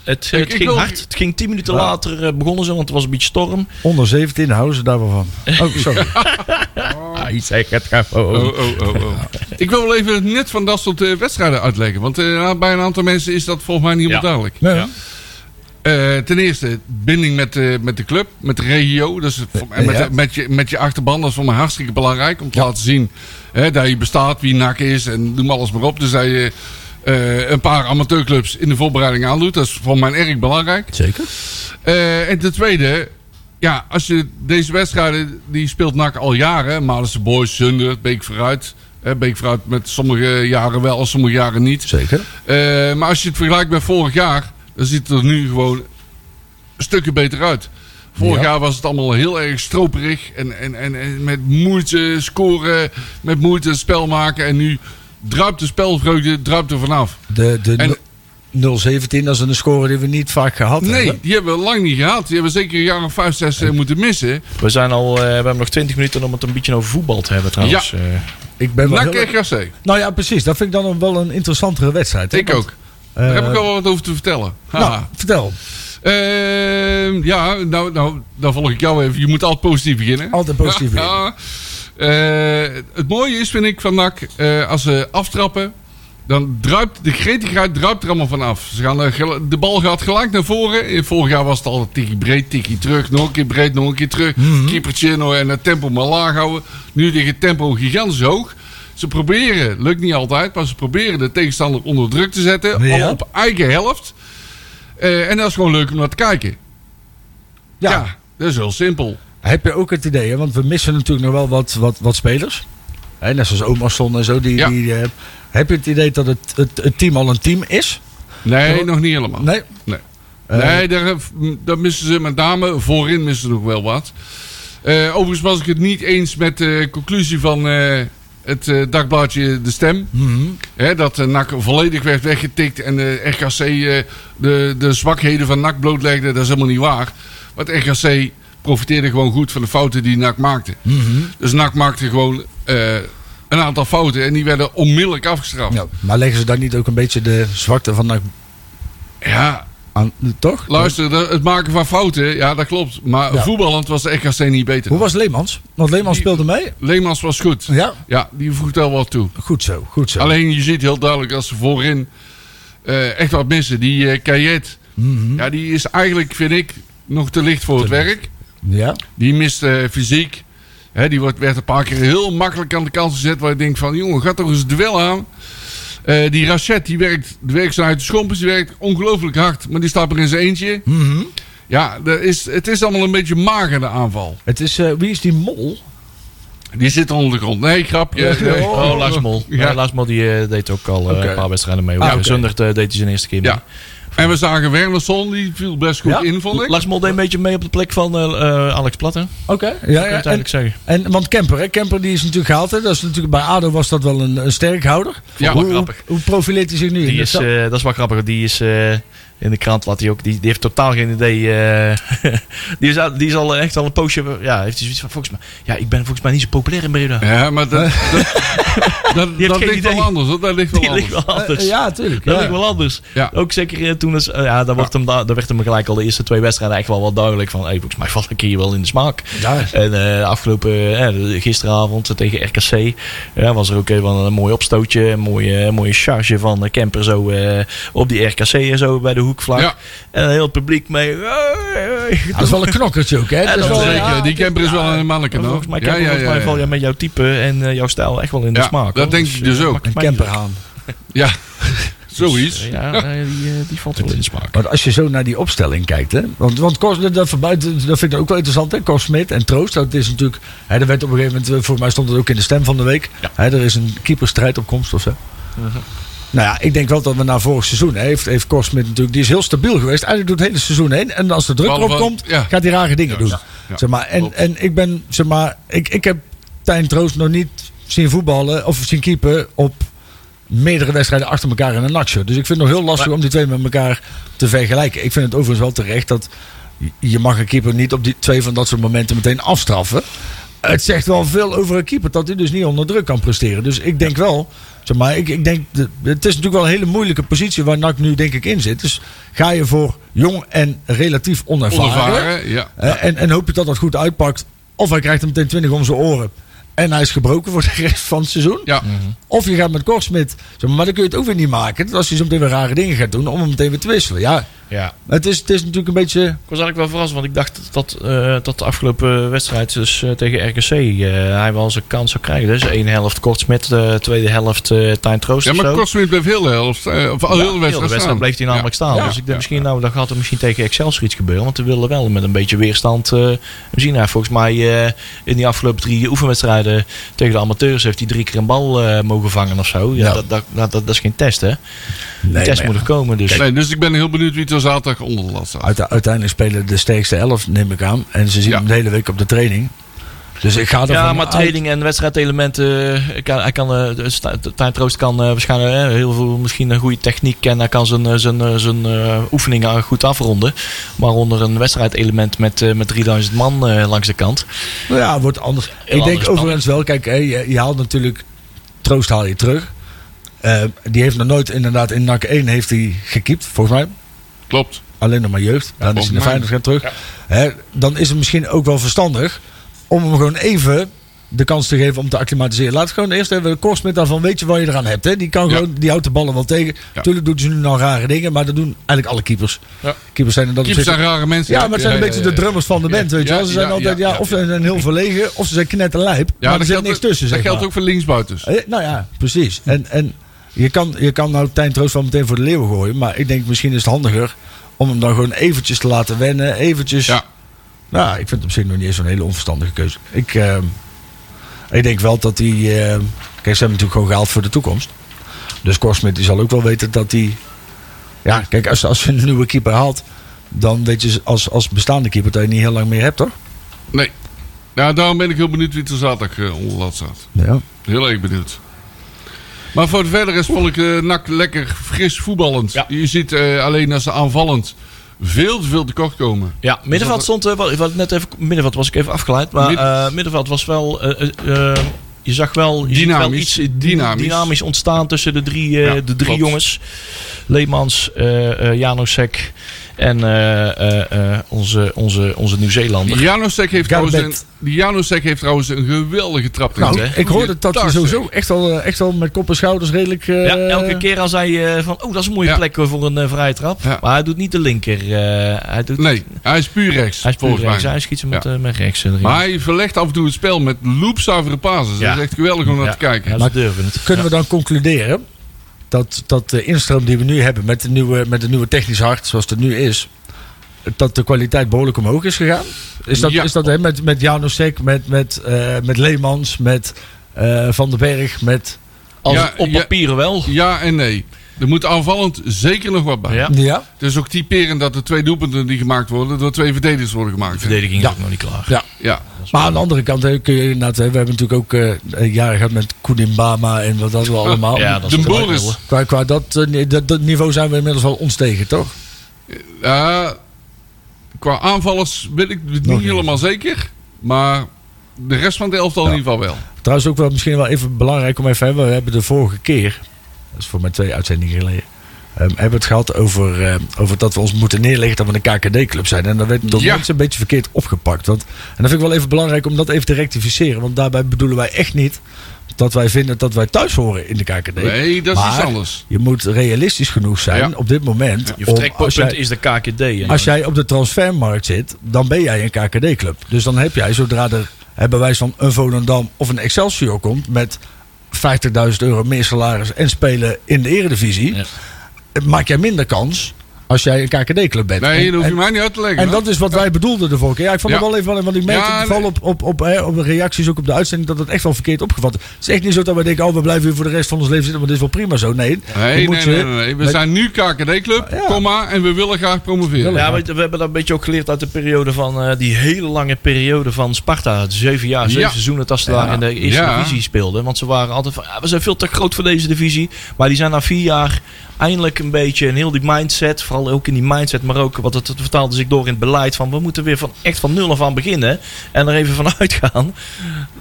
Het, eh, het
ik
ging
wil-
hard. Het ging tien minuten later eh, begonnen ze, want het was een beetje storm.
Onder 17 houden ze daar wel van. Oh, sorry.
Hij zegt het gewoon.
oh, oh, oh, [laughs] oh. Ik wil wel even het net van dat soort eh, wedstrijden uitleggen. Want eh, bij een aantal mensen is dat volgens mij niet helemaal
Ja.
duidelijk.
Nee,
Ja.
Eh, ten eerste, binding met, eh, met de club, met de regio. Dus en met,
Ja.
met, je, met je achterban, dat is voor mij hartstikke belangrijk. Om te laten zien hè, dat je bestaat, wie NAC is en noem alles maar op. Dus dat je eh, een paar amateurclubs in de voorbereiding aandoet. Dat is voor mij erg belangrijk.
Zeker.
Eh, en ten tweede, ja, als je deze wedstrijden, die speelt NAC al jaren. Malense Boys, Zundert, Beek vooruit. Eh, Beek vooruit met sommige jaren wel, sommige jaren niet.
Zeker.
Eh, maar als je het vergelijkt met vorig jaar, dan ziet het er nu gewoon stukken beter uit. Vorig
Ja.
jaar was het allemaal heel erg stroperig en, en, en, en met moeite scoren, met moeite het spel maken. En nu druipt de spelvreugde druipt er vanaf.
De, de
En-
no- 017, dat is een score die we niet vaak gehad
Nee,
hebben.
die hebben we lang niet gehad. Die hebben we zeker een jaar of vijf, zes eh, moeten missen.
We, zijn al, eh, we hebben nog 20 minuten om het een beetje over voetbal te hebben trouwens. Eh, Ja.
Ik ben wel
NAC
heel-
RKC,
Nou ja, precies. Dat vind ik dan wel een interessantere wedstrijd. hè?
ik
Want,
ook.
eh,
Daar heb ik al wel Ah. wat over te vertellen.
Nou,
Haha.
vertel.
Ehm, ja, nou, nou, dan volg ik jou even. Je moet altijd positief beginnen.
Altijd positief. weer.
Ja. Eh, het mooie is, vind ik, van NAC, eh, als ze aftrappen, dan druipt de gretigheid druipt er allemaal vanaf. Ze gaan, eh, gel- de bal gaat gelijk naar voren. Eh, Vorig jaar was het altijd tikkie breed, tikkie terug, nog een keer breed, nog een keer terug.
Mhm.
Keepertje nou, en het tempo maar laag houden. Nu ligt het tempo gigantisch hoog. Ze proberen, lukt niet altijd, maar ze proberen de tegenstander onder druk te zetten.
Ja.
Al op eigen helft. Eh, en dat is gewoon leuk om naar te kijken. Ja,
Ja.
dat is heel simpel.
Heb je ook het idee, hè? want we missen natuurlijk nog wel wat, wat, wat spelers. Hè, net zoals Omarsson en zo. Die,
Ja.
die, eh, heb je het idee dat het, het, het team al een team is?
Nee,
Ja.
nog niet helemaal.
Nee? Eh,
nee, daar, daar missen ze met name voorin missen ze nog wel wat. Eh, overigens was ik het niet eens met de conclusie van eh, het eh, dagblaadje De Stem. Hè, dat eh, NAC volledig werd weggetikt en de RKC eh, de, de zwakheden van NAC blootlegde. Dat is helemaal niet waar. Want RKC profiteerde gewoon goed van de fouten die NAC maakte. Dus NAC maakte gewoon eh, een aantal fouten en die werden onmiddellijk afgestraft. Ja,
Ja, maar leggen ze daar niet ook een beetje de zwakte van NAC aan? Toch?
Luister, de- het maken van fouten, ja, dat klopt. Maar
Ja.
voetballend was de RKC niet beter.
Hoe was Leemans? Want Leemans
Die-
speelde mee.
Leemans was goed.
Ja.
Ja, die voegt wel wat toe.
Goed zo, goed zo.
Alleen je ziet heel duidelijk dat ze voorin eh, echt wat missen. Die eh Kayet,
Mhm.
ja, die is eigenlijk, vind ik, nog te licht voor het werk.
Ja.
Die mist eh, fysiek. Hè, die wordt, werd een paar keer heel makkelijk aan de kant gezet. Waar je denkt van, jongen, gaat toch eens het duel aan. Eh, die Rachet, die werkt, die werkt zijn uit de schompers. Die werkt ongelooflijk hard. Maar die staat er in zijn eentje.
Mhm.
Ja, dat is, het is allemaal een beetje mager, de aanval.
Het is, eh, wie is die mol?
Die zit onder de grond. Nee, grapje. Nee.
Oh, Lars Mol.
Ja.
Ja. Lars Mol die, eh, deed ook al eh,
Oké.
een paar wedstrijden mee.
Ah,
hoor.
oké.
Zundert eh, deed hij zijn eerste keer mee.
Ja. En we zagen Wernersson, die viel best goed
Ja.
in, vond ik.
Lars Mol deed een beetje mee op de plek van eh, eh, Alex Platten. Kun
Oké. Ja,
je
ja,
het
en,
eigenlijk zeggen.
en, want Kemper, hè? Kemper die is natuurlijk gehaald. Hè? Dat is natuurlijk, bij ADO was dat wel een, een sterkhouder.
Ja.
hoe,
Wel
hoe,
grappig.
hoe profileert hij zich nu?
Die
Dat
is,
zou-
eh, dat is wel grappig. Die is eh, in de krant laat hij ook. Die, die heeft totaal geen idee. eh, [laughs] die, is, al- die is al eh, echt al een poosje. Ja, heeft hij zoiets van volgens mij. Ja, ik ben volgens mij niet zo populair in Breda.
Ja, maar dat, dat, dat,
heeft
dat
geen
ligt
idee.
wel anders. hoor. Dat ligt wel
[laughs] Die
anders.
ligt wel anders.
Eh, ja, tuurlijk.
Dat
Ja.
ligt wel anders.
Ja.
Ook zeker eh, toen... Is, eh, ja, daar, wordt hem, da- daar werd hem gelijk al de eerste twee wedstrijden echt wel wat duidelijk van... Hey, volgens mij val ik hier wel in de smaak.
Ja.
En eh, afgelopen... eh, gisteravond tegen RKC... ja, was er ook even een mooi opstootje. Een mooie, mooie charge van eh, Kemper zo eh, op die RKC en zo bij de hoekvlag.
Ja.
En een heel publiek mee...
Ja, dat is wel een knokkertje ook, hè?
Ja,
Dat is
dat
wel-
is
Zeker,
ja,
die
dit-
camper is wel een mannelijke. hoor.
Volgens mij, Kemper, volgens mij val jij met jouw type en eh, jouw stijl echt wel in de
Ja,
smaak.
dat
hoor.
denk ik dus
eh,
ook.
maakt
Een
het mij niet uit.
Kemperhaan.
Ja, zoiets.
Dus, eh, ja, eh, die, eh, die valt wel in de smaak.
Want als je zo naar die opstelling kijkt, hè? Want, want Cor, dat, dat, verbuit- dat vind ik dan ook wel interessant, hè? Cor Smit en Troost, dat is natuurlijk... Hè, dat werd op een gegeven moment, eh, voor mij stond het ook in de stem van de week. Hè, er is een keeperstrijd op komst of zo.
Mhm.
Nou ja, ik denk wel dat we na vorig seizoen... Hè, heeft, heeft Cor Smit natuurlijk, die is heel stabiel geweest. Eigenlijk doet het hele seizoen heen. En als de druk
Behalve-
erop komt,
ja.
gaat hij rare dingen
Ja,
doen.
ja, ja.
Zeg maar, en,
Klopt.
en ik ben, zeg maar... Ik, ik heb Tijn Troost nog niet zien voetballen of zien keeper op meerdere wedstrijden achter elkaar in een nachtje. Dus ik vind het nog heel lastig om die twee met elkaar te vergelijken. Ik vind het overigens wel terecht dat je mag een keeper niet op die twee van dat soort momenten meteen afstraffen. Het zegt wel veel over een keeper dat hij dus niet onder druk kan presteren. Dus ik denk wel, zeg maar, ik, ik denk, de- het is natuurlijk wel een hele moeilijke positie waar NAC nu denk ik in zit. Dus ga je voor jong en relatief onervaren.
Onervaren, ja.
Eh, en, en hoop je dat dat goed uitpakt. Of hij krijgt hem meteen 20 om zijn oren. En hij is gebroken voor de rest van het seizoen.
Ja,
Mm.
Of je gaat met Korsmit. Zeg maar, maar dan kun je het ook weer niet maken. Dat Als je zo meteen weer rare dingen gaat doen. Om hem meteen weer te wisselen. Ja,
Ja.
het is, het is natuurlijk een beetje...
Ik was eigenlijk wel verrast, want ik dacht dat, eh, dat de afgelopen wedstrijd dus, eh, tegen RKC eh, hij wel zijn kans zou krijgen. Dus één helft Kortsmit, de tweede helft eh Tijn Troost
ja
of
maar
zo.
Korsmit bleef heel de helft, eh, of al
Ja,
heel de wedstrijd staan.
bleef hij namelijk staan.
Ja.
Dus ik denk misschien, nou, dan gaat er misschien tegen Excelsior iets gebeuren. Want we willen wel met een beetje weerstand. eh, we zien hij volgens mij eh, in die afgelopen drie oefenwedstrijden tegen de amateurs heeft hij drie keer een bal eh, mogen vangen of zo. Ja,
Ja.
Dat, dat, dat, dat is geen test, hè? Die
maar
test
ja.
moet er komen. Dus.
Nee, dus ik ben heel benieuwd wie het er zaterdag onder de lat staat.
Uite- uiteindelijk spelen de sterkste elf, neem ik aan. En ze zien
Ja.
hem de hele week op de training. Dus ik ga ervan
Ja, maar
uit-
training en wedstrijdelementen. eh, Kan, hij kan, eh, dus Tijn- Tijn Troost kan eh, waarschijnlijk eh, heel veel, misschien een goede techniek. En hij kan zijn, eh, zijn, eh, zijn eh, oefeningen goed afronden. Maar onder een wedstrijdelement met, eh, met 3000 man eh, langs de kant.
Nou ja, wordt anders. ik denk
anders dan.
overigens wel, kijk, hé, je, je haalt natuurlijk... Troost haal je terug. Eh, die heeft nog nooit, inderdaad, in NAC 1 heeft hij gekiept, volgens mij.
Klopt.
alleen nog maar jeugd. Dan
volgens
is hij naar
mij.
Feyenoord gaan terug. Hè, dan is het misschien ook wel verstandig om hem gewoon even de kans te geven om te acclimatiseren. Laat gewoon eerst even kort met daarvan. Weet je wat je eraan hebt. Hè? Die, kan
Ja.
gewoon, die houdt de ballen wel tegen.
Ja.
Tuurlijk doen ze nu nou rare dingen. Maar dat doen eigenlijk alle keepers.
Ja.
Keepers zijn er dat
Keepers
opzicht-
zijn rare mensen.
Ja, maar het zijn een beetje de drummers van de band.
Ja,
Weet je wel.
ja,
Ze zijn
ja,
altijd, ja,
ja,
of ze zijn heel verlegen. Of ze zijn knetterlijp. maar er zit niks tussen.
Dat
zeg
geldt
maar.
ook voor linksbuitens.
Eh, Nou ja, precies. En, en je, kan, je kan nou Tijn Troost wel meteen voor de leeuwen gooien. Maar ik denk misschien is het handiger om hem dan gewoon eventjes te laten wennen. Eventjes.
Ja.
Nou, ik vind het op zich nog niet eens zo'n hele onverstandige keuze. Ik, eh, ik denk wel dat hij... eh, kijk, ze hebben natuurlijk gewoon gehaald voor de toekomst. Dus Korsmit die zal ook wel weten dat hij... Ja, kijk, als, als je een nieuwe keeper haalt... Dan weet je als, als bestaande keeper dat je niet heel lang meer hebt, hoor.
Nee. Ja, daarom ben ik heel benieuwd wie het er zaterdag eh, onder de lat staat.
Ja.
Heel erg benieuwd. Maar voor de verder is vond ik eh, NAC lekker fris voetballend. Je ziet eh, alleen als ze aanvallend veel te veel tekort komen.
Ja, middenveld stond. eh, wel- ik had net even, middenveld was ik even afgeleid. Maar
Midden-
eh, middenveld was wel. eh, eh, eh, je zag wel, je ziet wel
Dynamisch,
iets eh, dy-
dynamisch.
dynamisch ontstaan tussen de drie, eh,
Ja,
de drie
klopt.
jongens. Leemans, eh eh Janosek en eh, eh, eh, onze, onze, onze Nieuw-Zeelander.
Janosek heeft,
Garbet.
trouwens een, die Janosek heeft trouwens een geweldige trap
Nou,
tegen.
ik hoorde dat hij
Fantastisch.
sowieso echt al, eh, echt al met kop en schouders redelijk... eh,
Ja, elke keer als hij eh, van, oh, dat is een mooie
Ja.
plek eh, voor een eh, vrije trap.
Ja.
Maar hij doet niet de linker. eh, hij, doet,
Nee, hij is puur rechts.
hij is puur
volgens
rechts.
mij.
Hij schiet ze met,
Ja.
eh, met rechts. eh, erin.
Maar hij verlegt af en toe het spel met loopzuivere passes.
Ja.
Dat is echt geweldig om naar
Ja,
te kijken.
ja, ze durven het.
Kunnen we dan concluderen dat, dat de instroom die we nu hebben met de nieuwe, met de nieuwe technisch hart zoals het nu is, dat de kwaliteit behoorlijk omhoog is gegaan? Is dat,
Ja.
is dat hè, met, met Janosek, met, met, eh, met Leemans, met eh, Van den Berg, met...
Als,
Ja,
op
ja.
papieren wel.
Ja en nee. Er moet aanvallend zeker nog wat bij.
Ja.
Ja.
Dus ook typerend dat de twee doelpunten die gemaakt worden, door twee verdedigers worden gemaakt. hè?
Verdediging is
Ja.
ook nog niet klaar.
Ja.
Ja.
Maar aan de andere kant hè, kun je inderdaad, hè, we hebben natuurlijk ook eh, jaren gehad met Koenimbama en wat dat we allemaal.
Ja, dat Oh, is
de
toch wel
bonus.
knullen.
Qua, qua dat, eh, ni- dat, dat niveau zijn we inmiddels wel ons tegen, toch?
Ja, Eh, qua aanvallers weet ik het
Nog
niet
niet.
helemaal zeker. Maar de rest van de elftal in ieder geval wel.
Trouwens ook wel misschien wel even belangrijk om even hebben. We hebben de vorige keer, dat is voor mij twee uitzendingen geleden, ehm, hebben we het gehad over, ehm, over dat we ons moeten neerleggen dat we een KKD-club zijn. En dat werd door
Ja.
mensen een beetje verkeerd opgepakt. Want, en dat vind ik wel even belangrijk om dat even te rectificeren. Want daarbij bedoelen wij echt niet dat wij vinden dat wij thuis horen in de KKD.
Nee, dat is
Maar
iets anders.
Je moet realistisch genoeg zijn
Ja.
op dit moment.
Je
om-
vertrekpunt
Oh, als jij-
is de KKD. hè,
als jij op de transfermarkt zit, dan ben jij een KKD-club. Dus dan heb jij, zodra er hè, bij wijze van een Volendam of een Excelsior komt... met 50.000 euro meer salaris en spelen in de eredivisie...
Ja.
maak jij minder kans als jij een KKD-club bent.
Nee,
En-
dat hoef je
en-
mij niet uit te leggen.
en
hoor.
dat is wat wij bedoelden de vorige keer. Ja, ik vond
Ja.
het wel even, wel- want ik merkte
Ja,
het vooral op, op, op, hè, op de reacties, ook op de uitzending, dat het echt wel verkeerd opgevat is. Het is echt niet zo dat wij denken, oh, we blijven hier voor de rest van ons leven zitten, want dit is wel prima zo. Nee,
Nee,
je
nee,
moet
nee,
je-
nee, nee. We
met-
zijn nu KKD-club,
Ja.
komma, en we willen graag promoveren.
Ja, weet je, we hebben dat een beetje ook geleerd uit de periode van eh, die hele lange periode van Sparta. Zeven jaar, zeven
Ja.
seizoenen dat ze daar in de eerste
Ja.
divisie speelden. Want ze waren altijd van, "Ah, we zijn veel te groot voor deze divisie. Maar die zijn na vier jaar eindelijk een beetje een heel die mindset. Vooral ook in die mindset, maar ook wat het, het vertaalde zich door in het beleid. Van we moeten weer van, echt van nul af aan beginnen. En er even vanuit gaan.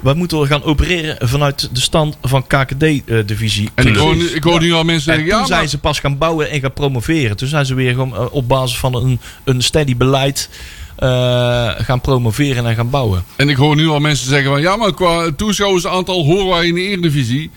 We moeten gaan opereren vanuit de stand van eh, KKD-divisie.
En ik hoor, nu- ik hoor nu al mensen
En
zeggen,
toen
ja,
zijn
maar
ze pas gaan bouwen en gaan promoveren. Toen zijn ze weer gewoon eh, op basis van een, een steady beleid eh, gaan promoveren en gaan bouwen.
En ik hoor nu al mensen zeggen van ja, maar qua toeschouwersaantal horen wij in de Eredivisie.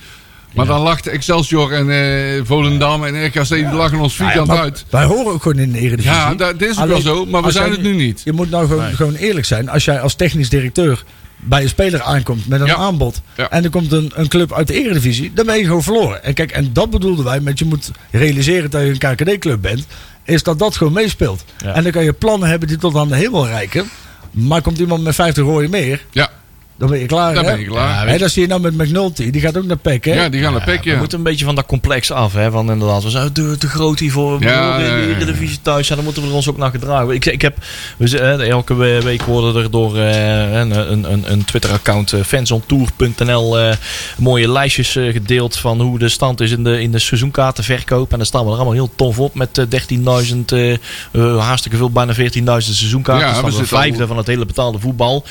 Maar dan lacht Excelsior en eh, Volendam en RKC, die lachen ons vierkant
Maar
uit.
Wij horen ook gewoon in de Eredivisie.
Ja, dat dit is ook wel
Alleen,
zo, maar we
als
zijn
jij-
het nu niet.
Je moet nou gewoon, gewoon eerlijk zijn. Als jij als technisch directeur bij een speler aankomt met een
Ja.
aanbod.
Ja.
En er komt een, een club uit de Eredivisie. Dan ben je gewoon verloren. En kijk, en dat bedoelden wij met je moet realiseren dat je een KKD-club bent. Is dat dat gewoon meespeelt.
Ja.
En dan kan je plannen hebben die tot aan de hemel reiken. Maar komt iemand met 50 rooien meer.
Ja,
Dan ben je klaar.
daar
hè?
ben ik klaar.
Hè, dat zie je nou met McNulty. Die gaat ook naar PEC. Hè?
Ja, die gaan naar pek,
We
ja.
moeten een beetje van dat complex af. Hè? Van inderdaad, we zijn te, te groot hiervoor. We
Ja,
horen
ja,
in
ja,
de
ja.
Eredivisie thuis. En dan moeten we er ons ook naar gedragen. Ik, ik heb, we, z- eh, elke we- week worden er door eh, een, een, een, een Twitter-account, eh, fansontour.nl, eh, mooie lijstjes eh, gedeeld van hoe de stand is in de, in de seizoenkaartenverkoop. En dan staan we er allemaal heel tof op met eh, 13.000, eh, eh, hartstikke veel, bijna 14.000 seizoenkaarten.
Ja,
Ja,
we
staan we
zitten al-
vijfde van het hele betaalde voetbal.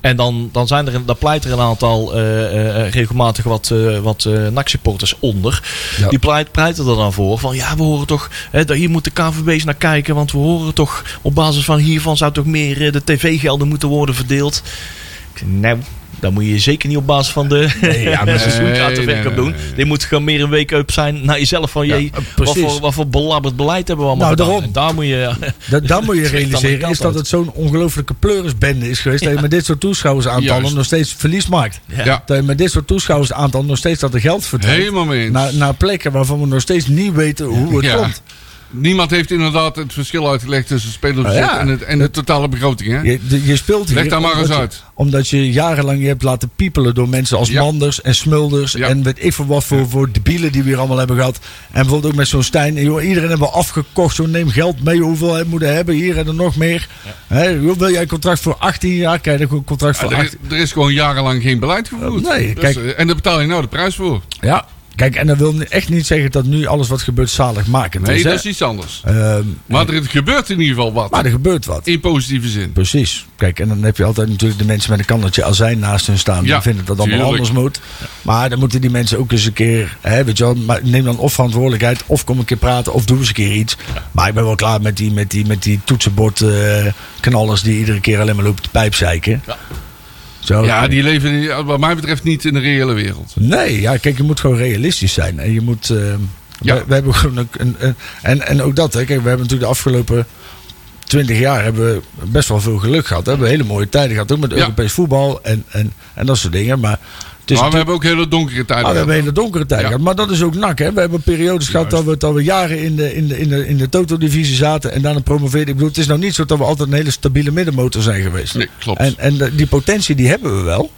En dan, dan, zijn er, een- dan pleit er een aantal eh, eh, eh, regelmatig wat, eh wat eh, NAC-supporters onder.
Ja.
Die pleit, pleiten er dan voor van ja, we horen toch, hè, dat- hier moet de KVB's naar kijken. Want we horen toch, op basis van hiervan zou toch meer eh, de tv-gelden moeten worden verdeeld. Ik zeg, nou, daar moet je zeker niet op basis van de [laughs]
ja,
nee,
[laughs]
maar-
seizoenkaartenverkoop
Nee, nee,
doen.
nee, nee.
Dit moet gewoon meer een week-up zijn naar jezelf van jee, wat,
precies.
voor, wat voor belabberd beleid hebben we allemaal
Nou,
gedaan. En
daarom.
daar moet je...
Dat, dan moet je
Het vliegt aan de
realiseren
kant
is dat
uit.
het zo'n ongelofelijke pleurisbende is geweest. Dat je met dit soort toeschouwersaantallen
Juist.
nog steeds verlies maakt.
Ja,
Dat je met dit soort toeschouwersaantallen nog steeds dat er geld verdwijnt.
helemaal mee eens.
Naar, naar plekken waarvan we nog steeds niet weten hoe het
Ja.
komt.
Niemand heeft inderdaad het verschil uitgelegd tussen spelersbezit
Ja.
en, het, en de totale begroting, hè?
Je, de- je speelt hier.
Leg daar maar
omdat
eens
je-
uit.
Omdat je jarenlang je hebt laten piepelen door mensen als
Ja.
Manders en Smulders.
Ja.
En weet ik veel wat voor, voor debielen die we hier allemaal hebben gehad. En bijvoorbeeld ook met zo'n Stijn. Joh, iedereen hebben we afgekocht. Zo neem geld mee. Hoeveel we moeten hebben. Hier en er nog meer. Hè, joh, wil jij een contract voor 18 jaar? Krijg je ook een contract voor
Ja, Ah, er,
18
is, er is gewoon jarenlang geen beleid gevoerd.
Nee,
Dus,
kijk-
eh, en daar betaal je nou de prijs voor.
Ja. Kijk, en dat wil ni- echt niet zeggen dat nu alles wat gebeurt zaligmakend
Nee,
is.
dat
hè.
is iets anders.
Ehm,
Maar er gebeurt in ieder geval wat.
maar er gebeurt wat.
In positieve zin.
Precies. Kijk, en dan heb je altijd natuurlijk de mensen met een kannetje azijn naast hun staan.
Ja,
die vinden dat allemaal
tuurlijk.
anders moet. Maar dan moeten die mensen ook eens een keer... Hè, weet je wel, maar neem dan of verantwoordelijkheid... of kom een keer praten of doe eens een keer iets. Maar ik ben wel klaar met die, met die, met die toetsenbord eh, knallers... die iedere keer alleen maar lopen te pijp zeiken. Zo.
Ja, die leven eh, wat mij betreft niet in de reële wereld.
Nee, ja, kijk, je moet gewoon realistisch zijn. En je moet. eh,
Ja.
we, we hebben gewoon ook een, een- en, en ook dat, hè, kijk, we hebben natuurlijk de afgelopen 20 jaar hebben we best wel veel geluk gehad. Hè. We hebben hele mooie tijden gehad, ook met
Ja.
Europees voetbal en, en, en dat soort dingen. Maar het is
Maar we
natuurlijk-
hebben ook hele donkere tijden.
Ah, we hebben
gehad.
hele donkere tijden
Ja.
gehad. Maar dat is ook nak. Hè? We hebben periodes gehad dat we, dat we jaren in de, in de, in de, in de Toto-divisie zaten. En daarna promoveerden. Ik bedoel, het is nou niet zo dat we altijd een hele stabiele middenmotor zijn geweest.
Nee, klopt.
En, en de- die potentie die hebben we wel.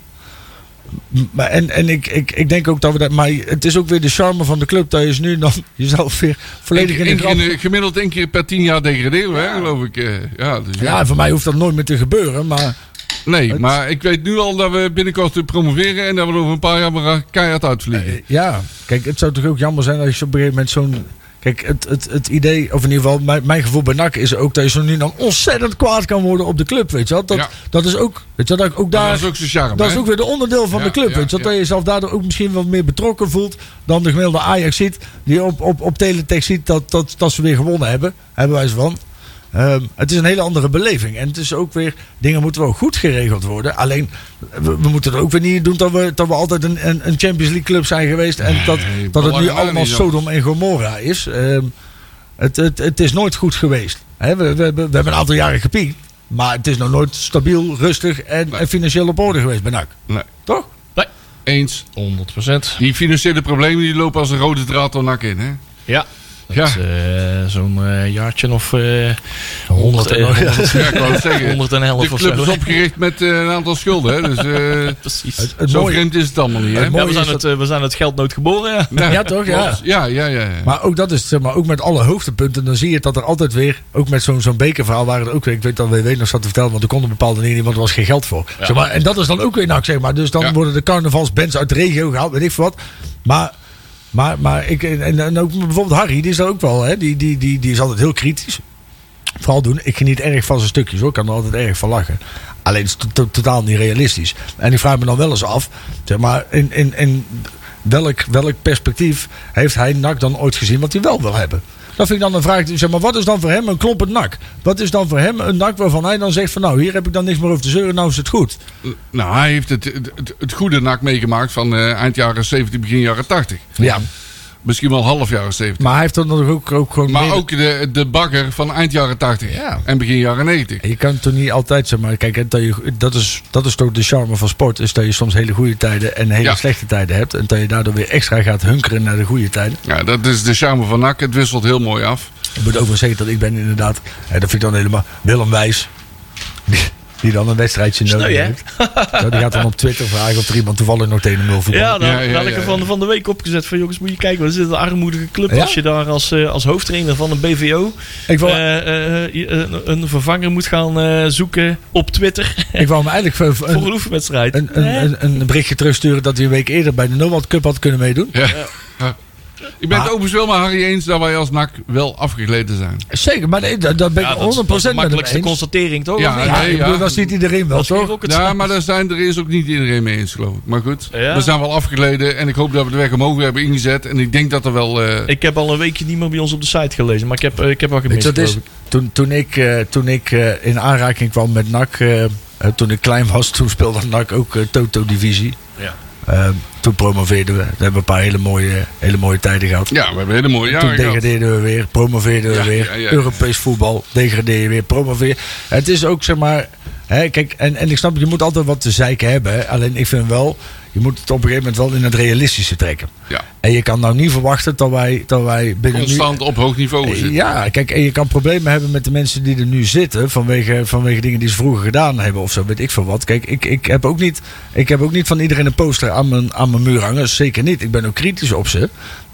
Maar en en ik, ik, ik denk ook dat we dat. Maar het is ook weer de charme van de club. Dat je is nu dan [laughs] jezelf weer volledig in de
Eén keer
krant.
in de- gemiddeld één keer per tien jaar degraderen we, hè, geloof ik. eh. Ja, dus ja.
Ja, voor mij hoeft dat nooit meer te gebeuren. Maar
Nee,
Het-
maar ik weet nu al dat we binnenkort weer promoveren en dat we over een paar jaar maar keihard uitvliegen.
ja, kijk, het zou toch ook jammer zijn als je op een gegeven moment zo'n. Kijk, het, het, het idee, of in ieder geval mijn, mijn gevoel bij NAC is ook dat je zo nu dan ontzettend kwaad kan worden op de club, weet je wel. Dat,
Ja.
dat is ook, weet je wel, dat ik ook daar...
dat is ook zijn charme.
Dat is
hè?
ook weer de onderdeel van
Ja,
de club.
ja,
weet je, wel.
ja.
dat je jezelf daardoor ook misschien wat meer betrokken voelt dan de gemiddelde Ajax ziet. Die op, op, op teletext ziet dat, dat, dat ze weer gewonnen hebben. Hebben wij ze van. Ehm, het is een hele andere beleving. En het is ook weer, dingen moeten wel goed geregeld worden. Alleen, we, we moeten het ook weer niet doen dat we, dat we altijd een, een, een Champions League club zijn geweest. En
Nee,
dat, dat het nu
belangrijk
allemaal
niet,
Sodom en Gomorra is. Ehm, het, het, het is nooit goed geweest. Hè, we, we, hebben- we hebben een aantal jaren gepiekt. Maar het is nog nooit stabiel, rustig en,
Nee.
en financieel op orde geweest bij NAC.
Nee.
Toch?
Eens.
100 procent.
Die financiële problemen die lopen als een rode draad door nak in. Hè?
Ja. Dat
Ja.
is eh, zo'n eh, jaartje of eh 100,
en-
eh, 100,
[laughs]
Ja, ik wou het zeggen.
111
De
of
club
zo.
is opgericht met eh, een aantal schulden. Hè? Dus eh,
[laughs] Precies.
Het, het
zo
mooie-
vreemd is het allemaal niet. Hè?
Het
ja,
mooie
we, zijn
is
het, eh, we zijn het geld nooit geboren. Ja.
Nou,
Ja, toch? Ja.
klopt. Ja, ja, ja. ja.
Maar ook dat is, zeg maar, ook met alle hoogtepunten, dan zie je dat er altijd weer, ook met zo'n zo'n bekerverhaal, waar het ook weer, ik weet dat WW nog zat te vertellen, want er kon een bepaalde dingen niet, want er was geen geld voor. Zeg maar, en dat is dan ook weer nak, zeg maar. Dus dan
Ja.
worden de carnavalsbands uit de regio gehaald, weet ik veel wat. Maar, maar, maar ik, en, en ook bijvoorbeeld Harry, die is daar ook wel, hè, die, die, die, die is altijd heel kritisch. Vooral doen, ik geniet erg van zijn stukjes hoor, ik kan er altijd erg van lachen. Alleen het is to- to- totaal niet realistisch. En ik vraag me dan wel eens af, zeg maar, in, in, in welk, welk perspectief heeft hij NAC dan ooit gezien wat hij wel wil hebben? Dat vind ik dan een vraag. Zeg maar, wat is dan voor hem een kloppend NAC? Wat is dan voor hem een NAC waarvan hij dan zegt van nou, hier heb ik dan niks meer over te zeuren, nou is het goed.
Nou, hij heeft het, het, het- het goede nak meegemaakt van eh, eind jaren 70, begin jaren 80.
Ja.
Misschien wel half jaren 70.
Maar hij heeft dan nog ook, ook gewoon...
Maar
meer-
ook de, de bagger van eind jaren 80
Ja.
en begin jaren 90.
Je kan toch niet altijd, zeg maar, kijk, hè, dat, je, dat, is, dat is toch de charme van sport. Is dat je soms hele goede tijden en hele
Ja.
slechte tijden hebt. En dat je daardoor weer extra gaat hunkeren naar de goede tijden.
Ja, dat is de charme van nak. Het wisselt heel mooi af.
Ik moet overigens zeggen dat ik ben inderdaad, hè, dat vind ik dan helemaal, Willem Wijs. Die, die dan een wedstrijdje nodig
Sneu, hè?
heeft. Zo, die gaat dan op Twitter vragen of er iemand toevallig nog tegen hem wil
Ja, daar
Ja, ja,
daar had ik
ja,
er van,
ja.
van de week opgezet van jongens, moet je kijken, wat is dit een armoedige club
Ja?
als je daar als, eh, als hoofdtrainer van een BVO
Ik wou,
eh, eh, je- een, een vervanger moet gaan eh, zoeken op Twitter
ik wou hem eigenlijk voor-
voor
een,
een oefenwedstrijd.
een, een, een, een berichtje terugsturen dat hij een week eerder bij de Nomad Cup had kunnen meedoen.
Ja. Ik ben
Maar-
het overigens wel met Harry eens dat wij als nak wel afgegleden zijn.
Zeker, maar nee, daar daar ben ik
Ja, dat is
100%
de
met hem
makkelijkste
eens.
constatering, toch?
Ja,
Of niet?
Ja,
Nee,
ik
ja.
bedoel, dat ziet iedereen wel,
Dat is
toch?
hier ook het
Ja, maar daar, zijn, er is ook niet iedereen mee eens, geloof ik. Maar goed,
Ja.
we zijn wel afgeleden en ik hoop dat we de weg omhoog hebben ingezet. En ik denk dat er wel... eh,
Ik heb al een weekje niet meer bij ons op de site gelezen, maar ik heb, eh, ik heb wel
Weet
gemist.
je wat het is?
geloof ik.
Toen, toen ik, eh, toen ik eh, in aanraking kwam met NAC, eh, eh, toen ik klein was, [laughs] toen speelde NAC ook eh, Toto-divisie.
Ja.
Eh, toen promoveerden we. We hebben een paar hele mooie, hele mooie tijden gehad.
ja, we hebben hele mooie
toen
jaren gehad.
degradeerden we weer, promoveerden we
Ja,
weer.
ja, ja.
Europees voetbal, degradeer je weer, promoveer. Het is ook zeg maar. Hè, kijk, en, en ik snap, je moet altijd wat te zeiken hebben. hè. Alleen ik vind wel, je moet het op een gegeven moment wel in het realistische trekken.
Ja.
En je kan nou niet verwachten dat wij, dat wij binnen nu-
Constant op hoog niveau zitten.
ja, kijk, en je kan problemen hebben met de mensen die er nu zitten. Vanwege, vanwege dingen die ze vroeger gedaan hebben of zo, weet ik veel wat. Kijk, ik, ik, heb, ook niet, ik heb ook niet van iedereen een poster aan mijn, aan mijn muur hangen. Zeker niet. Ik ben ook kritisch op ze.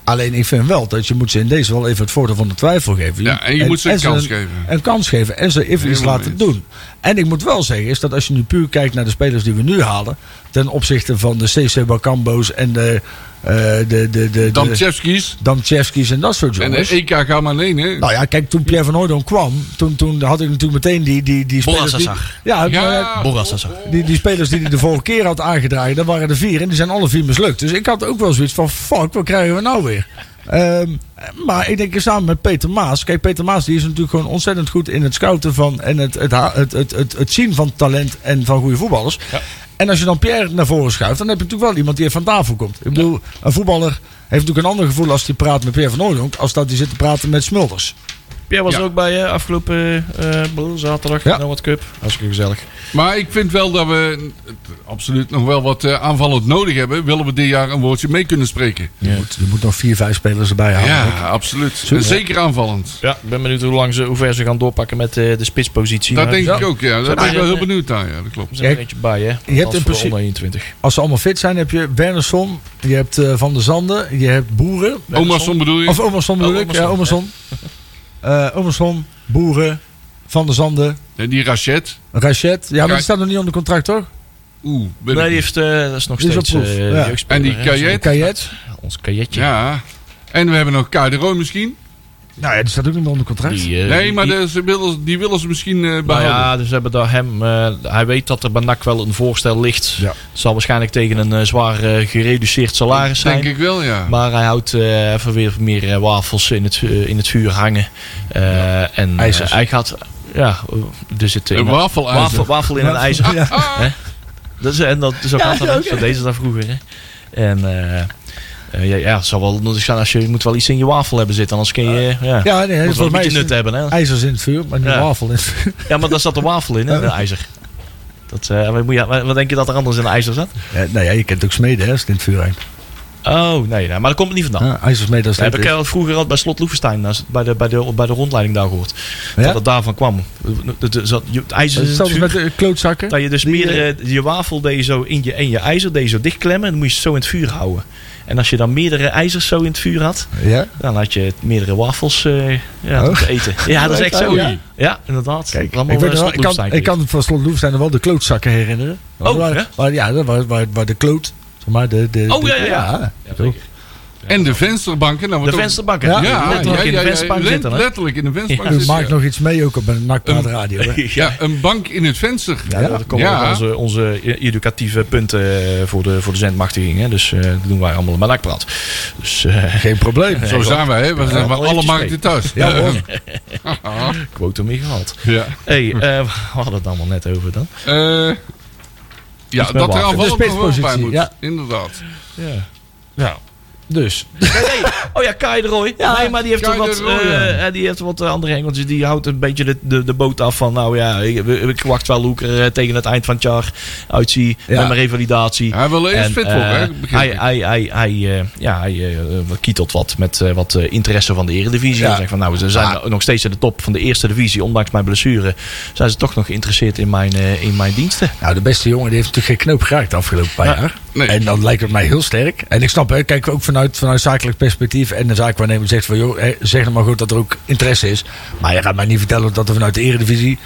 Alleen ik vind wel dat je moet ze in deze wel even het voordeel van de twijfel geven.
Ja, en je moet ze een kans
een-
geven.
Een kans geven en ze even iets
Helemaal
laten
eens.
doen. En ik moet wel zeggen, is dat als je nu puur kijkt naar de spelers die we nu halen. Ten opzichte van de CC Bakambo's en de... eh de, de, de, de
Damczewski's
Damczewski's en dat soort
en
jongens.
de E EK gaan maar heen, hè.
Nou ja, kijk, toen Pierre van Hooydonk kwam, toen, toen had ik natuurlijk meteen die, die, die spelers... Die,
Borrassasar.
ja,
ja,
maar
Borrassasser.
Die, die spelers die hij de vorige keer had aangedragen, dat waren er vier. En die zijn alle vier mislukt. Dus ik had ook wel zoiets van, fuck, wat krijgen we nou weer? Ehm, maar ik denk samen met Peter Maas. Kijk, Peter Maas die is natuurlijk gewoon ontzettend goed in het scouten van... en het, het, ha- het, het, het, het zien van talent en van goede voetballers. En als je dan Pierre naar voren schuift, dan heb je natuurlijk wel iemand die even van tafel komt. Ik bedoel, een voetballer heeft natuurlijk een ander gevoel als hij praat met Pierre van Hooydonk... als dat hij zit te praten met Smulders.
Jij was
Ja.
er ook bij hè, afgelopen eh, eh, zaterdag.
Ja.
Ja. Nou wat cup. Hartstikke gezellig.
Maar ik vind wel dat we eh, absoluut nog wel wat eh, aanvallend nodig hebben. Willen we dit jaar een woordje mee kunnen spreken?
Je, moet, je moet nog vier, vijf spelers erbij halen.
Ja, absoluut. En zeker aanvallend.
Ja, ik ben benieuwd hoe, lang ze, hoe ver ze gaan doorpakken met eh, de spitspositie.
Dat
Maar
denk
ze
ik ook, ja. Daar ben ik wel heel benieuwd naar. Ja, dat klopt.
zijn er een beetje bij, hè? Je
in principe-
Onder 21.
Als ze allemaal fit zijn, heb je Bernersson, je hebt eh, Van der Zanden, je hebt Boeren.
Omerson bedoel je?
Of Omerson bedoel
Oh,
ik. Ja,
Omerson,
Omerson. Eh Omerson, Boeren, Van der Zanden,
En die Rachet.
Rachet. Ja, maar
Kijk.
die staat nog niet onder contract, toch?
Oeh, ben ik
Nee, die
niet.
heeft, eh, dat is nog
Die is op
steeds
proef,
eh,
ja.
jeugdspeler,
En die
hè.
Kajet?
Kajet.
Ons kajetje.
Ja. En we hebben nog Kaidero misschien.
Nou ja, die staat ook niet meer onder contract.
Die, eh,
Nee,
die-
maar
die-
dat is- die willen- die willen ze misschien eh,
Nou
behouden.
ja, dus we hebben daar hem. eh, hij weet dat er bij NAC wel een voorstel ligt.
Ja.
Het zal waarschijnlijk tegen een eh, zwaar eh, gereduceerd salaris zijn.
Denk ik wel, ja.
Maar hij houdt eh, even weer meer eh, wafels in het, eh, in het vuur hangen. Eh, En eh,
IJzers.
hij gaat. Ja, eh, er zit
Een
iemand-
wafelijzer.
wafel, wafel
eh,
in een ijzer.
Ja.
Ah,
Dat is, en dat, zo gaat dat. Zo deed ze dat vroeger. Hè. En eh, eh, ja, ja, het zal wel nodig zijn als je, je moet wel iets in je wafel hebben zitten. Anders kun je. ja, moet
Ja, nee,
wel
volgens
een
mij
beetje
is
nut
het
hebben. Hè.
ijzers in het vuur, maar niet
Ja.
wafel in het vuur.
Ja, maar daar zat de wafel in, hè, de ijzer. Dat, eh, wat moet je- wat denk je dat er anders in de ijzer zat?
Ja, nou ja, je kent ook smeden hè, als het in het vuur hangt.
Oh, nee, nee maar dat komt het niet vandaan.
Ja, ijzersmeden als
Dat
het
heb ik
in
eh, vroeger al bij Slot Loevestein, als- bij de, bij, de, bij de rondleiding daar gehoord.
Ja?
Dat het daarvan kwam. Het, het, zat- je- het ijzer in het
Hetzelfde
vuur.
met de klootzakken.
Dat je dus meer eh, je wafel deed je zo in je, en je ijzer deed je zo dichtklemmen en dan moest je het zo in het vuur houden. En als je dan meerdere ijzers zo in het vuur had,
Ja?
dan had je meerdere wafels eh, ja,
Oh.
te eten. Ja, dat is echt zo.
Oh,
Ja,
ja.
inderdaad.
Kijk,
Allemaal,
ik, weet
eh,
nog wel,
Slot
ik, kan,
Loevestein
ik kan van Slot Loef zijn er wel de klootzakken herinneren.
Oh,
waar,
ja?
waar- ja, dat waar, waar, waar de kloot. Zeg maar, de, de,
Oh,
de-
ja, ja, ja.
ja.
zeker.
En de vensterbanken. Nou,
De
wat ook-
vensterbanken.
Ja,
Ja, ja, ja,
letterlijk in de
ja,
vensterbank
ja,
zitten. hè?
Letterlijk in de vensterbank
Ja.
U
zitten.
maakt nog iets mee ook op een nakpaard
[laughs]
radio. Hè?
Ja, een bank in het venster.
Ja, dat komt
Ja.
ook onze, onze e- educatieve punten eh, voor de, voor de zendmachtiging. Hè. Dus eh, dat doen wij allemaal in Malakpraat. Dus eh [laughs]
Geen probleem.
Zo zijn wij, hè? We zijn bij
wel
alle
eventjes mee.
markten thuis.
Ja, hoor.
Ah,
quotum mee gehaald.
[laughs] ja.
hey, eh, [laughs] we hadden het allemaal net over dan.
Eh, ja,
met
dat er
water.
aanvallend
De
nog wel bij
spitspositie,
moet.
ja.
Inderdaad.
Ja.
[laughs]
Dus.
Oh ja, Kai de Roy. nee, maar die heeft, er
Kai de
wat,
Roy,
eh, die heeft wat eh, andere hengeltjes. Die houdt een beetje de, de, de boot af van... Nou ja, ik, ik wacht wel hoe ik er eh, tegen het eind van het jaar uitzie.
Ja.
Met mijn revalidatie.
Hij wil er eerst
En,
fit voor,
eh,
hè? begrijp
Hij,
ik.
hij, hij, hij, eh, ja, hij eh, kietelt wat met eh, wat eh, interesse van de Eredivisie.
Ja.
Hij zegt van, nou, ze zijn nog steeds in de top van de Eerste Divisie. Ondanks mijn blessure zijn ze toch nog geïnteresseerd in mijn, eh, in mijn diensten.
Nou, de beste jongen die heeft natuurlijk geen knoop geraakt de afgelopen paar jaar.
nee.
En dan lijkt het mij heel sterk. En ik snap, hè, kijk ook vanuit, vanuit zakelijk perspectief. En de zaakwaarnemer zegt van, joh, hè, zeg nou maar goed dat er ook interesse is. Maar je gaat mij niet vertellen dat er vanuit de eredivisie...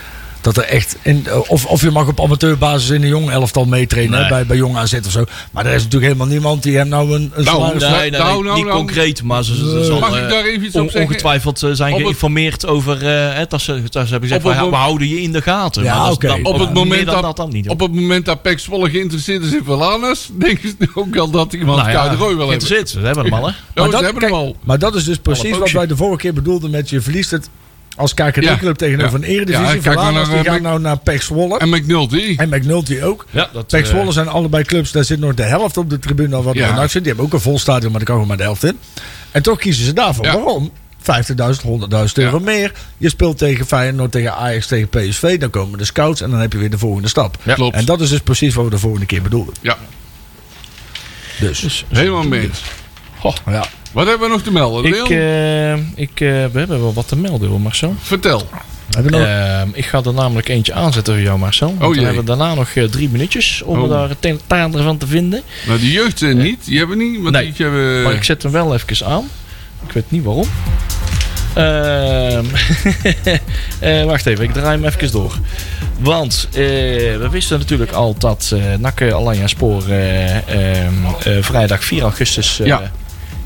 Dat er echt in, of, of je mag op amateurbasis in een jong elftal meetrainen hè,
Nee.
bij, bij jong AZ of zo. Maar er is natuurlijk helemaal niemand die hem nou een, een
Nou,
zware
nee, nee, nou, nou,
niet
nou.
concreet, maar ze, ze- ze zal,
Mag ik
eh,
daar even iets op zeggen?
ongetwijfeld eh, zijn
Op het-
geïnformeerd over... eh, hè, dat, ze, dat ze hebben
Op
gezegd,
het
we, we
moment-
houden je in de gaten.
Ja,
Maar dat-
oké.
dat-
Op het
meer
moment
dan
dat-
dat dan niet. hoor.
Op het moment dat Pek Zwolle geïnteresseerd is in Valanus, [laughs] denken ze ook al dat iemand
Nou
nou
ja,
Roy wil hebben.
geïnteresseerd, Ze hebben hem al, hè?
Ja, ze
dat-
hebben hem
kijk,
al.
maar dat is dus precies wat
poosje.
wij de vorige keer bedoelden met je verliest het als
Ja.
KKD-club tegenover
Ja.
een eredivisie.
Ja,
Ja,
kijk maar naar,
die
eh,
gaan nou naar Pek Zwolle.
En McNulty.
En McNulty ook.
Ja, dat,
Pek
eh,
Zwolle zijn allebei clubs. Daar zit nog de helft op de tribune al wat
Ja.
er nou zit. Die hebben ook een vol stadion, maar er kan gewoon maar de helft in. En toch kiezen ze daarvoor.
Ja.
Waarom? 50.000, 100.000 euro meer. Je speelt tegen Feyenoord, tegen Ajax, tegen PSV. Dan komen de scouts en dan heb je weer de volgende stap.
Ja. Klopt.
En dat is dus precies wat we de vorige keer bedoelden.
Ja,
Dus,
helemaal mee eens.
oh.
ja.
Wat hebben we nog te melden?
Ik,
Leon,
eh, ik, eh, we hebben wel wat te melden, hoor, Marcel.
vertel.
Hebben we nog...
Ehm, ik ga er namelijk eentje aanzetten voor jou, Marcel. Want
Oh,
we
jee.
hebben daarna nog eh, drie minuutjes om
Oh.
daar het een tader van te vinden.
Nou, die jeugd eh, niet. Die hebben we niet. Want
Nee.
die hebben...
Maar ik zet hem wel even aan. Ik weet niet waarom. Ehm, [laughs] eh, wacht even, ik draai hem even door. Want eh, we wisten natuurlijk al dat eh Nakke Alanya Spoor eh, ehm, eh, vrijdag 4 augustus eh,
Ja.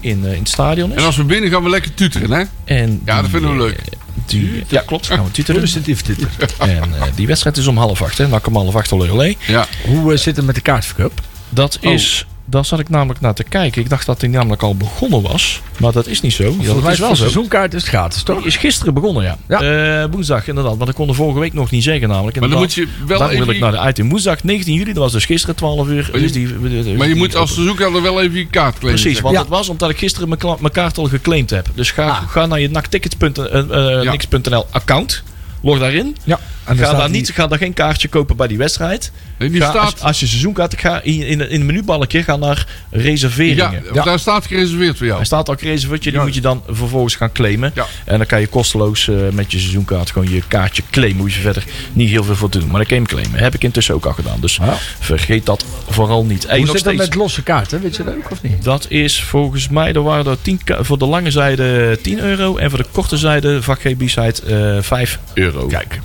in, eh, in het stadion is.
En als we binnen gaan we lekker tuteren, hè?
En
Ja, dat
die,
vinden we
eh,
leuk.
Die, ja, klopt. Gaan we
[laughs]
titelen.
Positief dit.
En eh, die wedstrijd is om half acht. Hè. Nakke om half acht, olé, olé.
Ja. Oh.
Hoe eh, zit het met de kaartverkoop?
Dat is Daar zat ik namelijk naar te kijken. Ik dacht dat die namelijk al begonnen was. Maar dat is niet zo. Ja,
Volgens
dat
mij
is
is
wel
voor
zo.
seizoenkaart is het gratis, toch?
Die is gisteren begonnen, ja. Eh, woensdag, inderdaad. Want ik kon de vorige week nog niet zeggen, namelijk.
Maar dan moet
Inderdaad.
je wel
Daarom wil ik
even...
naar de item. Woensdag 19 juli, dat was dus gisteren 12 uur.
Maar je-
dus die,
Maar je moet als
als
verzoekhouder wel even je kaart claimen.
Precies,
zeg.
want
Ja. Ah.
het was omdat ik gisteren mijn, kla- mijn kaart al geclaimd heb. Dus ga, ga naar je eh,
Ja.
naktickets.nl account. Log daarin.
Ja. En
Ga
staat
daar,
die-
niet, ga daar geen kaartje kopen bij die wedstrijd.
Nee, die
Ga
staat...
als, als je seizoenkaart, ga in, in, in het menubalkje ga naar
Ja,
reserveringen.
want daar staat gereserveerd voor jou.
Hij staat al gereserveerd, die
Ja.
moet je dan vervolgens gaan claimen.
Ja.
En dan kan je kosteloos eh, met je seizoenkaart gewoon je kaartje claimen. Hoe je verder niet heel veel voor te doen. Maar dan kan je hem claimen. Heb ik intussen ook al gedaan. Dus
Ah.
vergeet dat vooral niet. En
Hoe
nog
zit dat
steeds,
met losse kaarten? Weet je dat ook of niet?
dat is volgens mij, er waren er 10, ka- voor de lange zijde 10 euro. En voor de korte zijde, vak G B-side, eh, 5 euro. Kijk.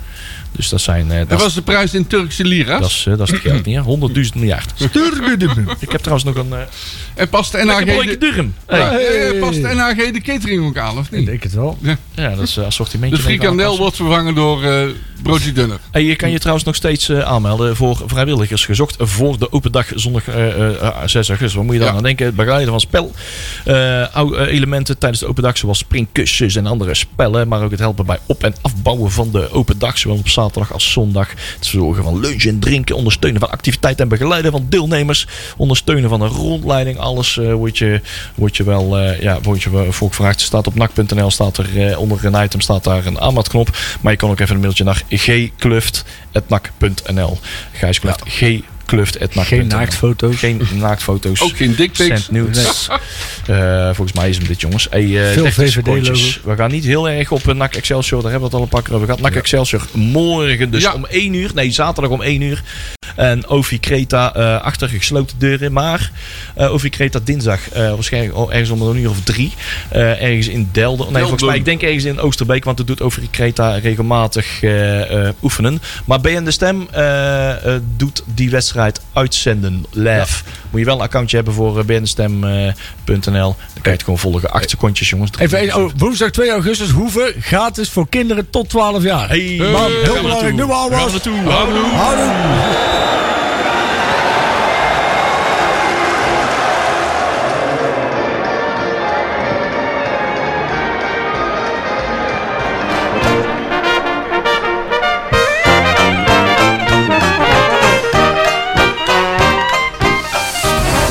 Dus dat zijn... eh,
Dat
dat,
was de prijs in Turkse
dat
lira's.
is, eh, dat is het geld niet, hè? 100.000 miljard.
[laughs]
Ik heb trouwens nog een... eh
En past de
lekker broodje
NHG de,
Durham.
Nou, Ja,
Hey.
eh, past de NHG de catering ook aan, of
Ik
niet?
denk het wel.
Ja, dat is eh, een sortimentje.
De
denk ik,
frikandel wordt vervangen door eh broodje dunner.
Hey, je kan je trouwens nog steeds eh, aanmelden voor vrijwilligers gezocht voor de open dag zondag eh, eh, eh, 6 augustus. Wat moet je daar
Ja.
aan denken? Het begeleiden van spel, eh, oude, eh, elementen tijdens de open dag zoals springkussens en andere spellen. Maar ook het helpen bij op- en afbouwen van de open dag, zowel op zaterdag als zondag. Het zorgen van lunch en drinken, ondersteunen van activiteiten en begeleiden van deelnemers. Ondersteunen van een rondleiding, alles eh wordt, je, wordt je wel eh, ja, wordt je wel voor gevraagd. Staat op nak.nl, staat er eh, onder een item staat daar een aanmeldknop. Maar je kan ook even een mailtje naar gkluft.nak.nl. Gijs Kluft, gkluft.nak.nl.
Geen naaktfoto's.
Geen naaktfoto's.
Ook geen dickpics.
Send nudes. [laughs] Eh, volgens mij is hem dit, jongens. Hey, eh,
Veel
30
VVD
secondjes. We gaan niet heel erg op eh, NAC Excelsior. Daar hebben we het al een paar keer over gehad. NAC Excelsior morgen dus
Ja.
om 1 uur. Nee, zaterdag om 1 uur. En Ovi Creta eh, achter gesloten deuren. Maar eh Ovi Creta dinsdag, eh, waarschijnlijk al ergens om een uur of drie. eh, ergens in Delden. Nee, volgens mij, ik denk ergens in Oosterbeek. Want dat doet Ovi Creta regelmatig eh, eh, oefenen. Maar BN De Stem eh, eh, doet die wedstrijd uitzenden live. Moet je wel een accountje hebben voor eh, bnstem.nl. Dan kan je het gewoon volgen. Acht secondjes, jongens.
Even, één- oh, woensdag 2 augustus, hoeven gratis voor kinderen tot 12 jaar.
Hey,
Bam,
Hey,
heel
gaan
belangrijk, nu al was.
Hallo.
Houden.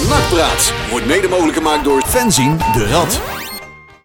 Nakpraat wordt mede mogelijk gemaakt door Fenzin de Rad.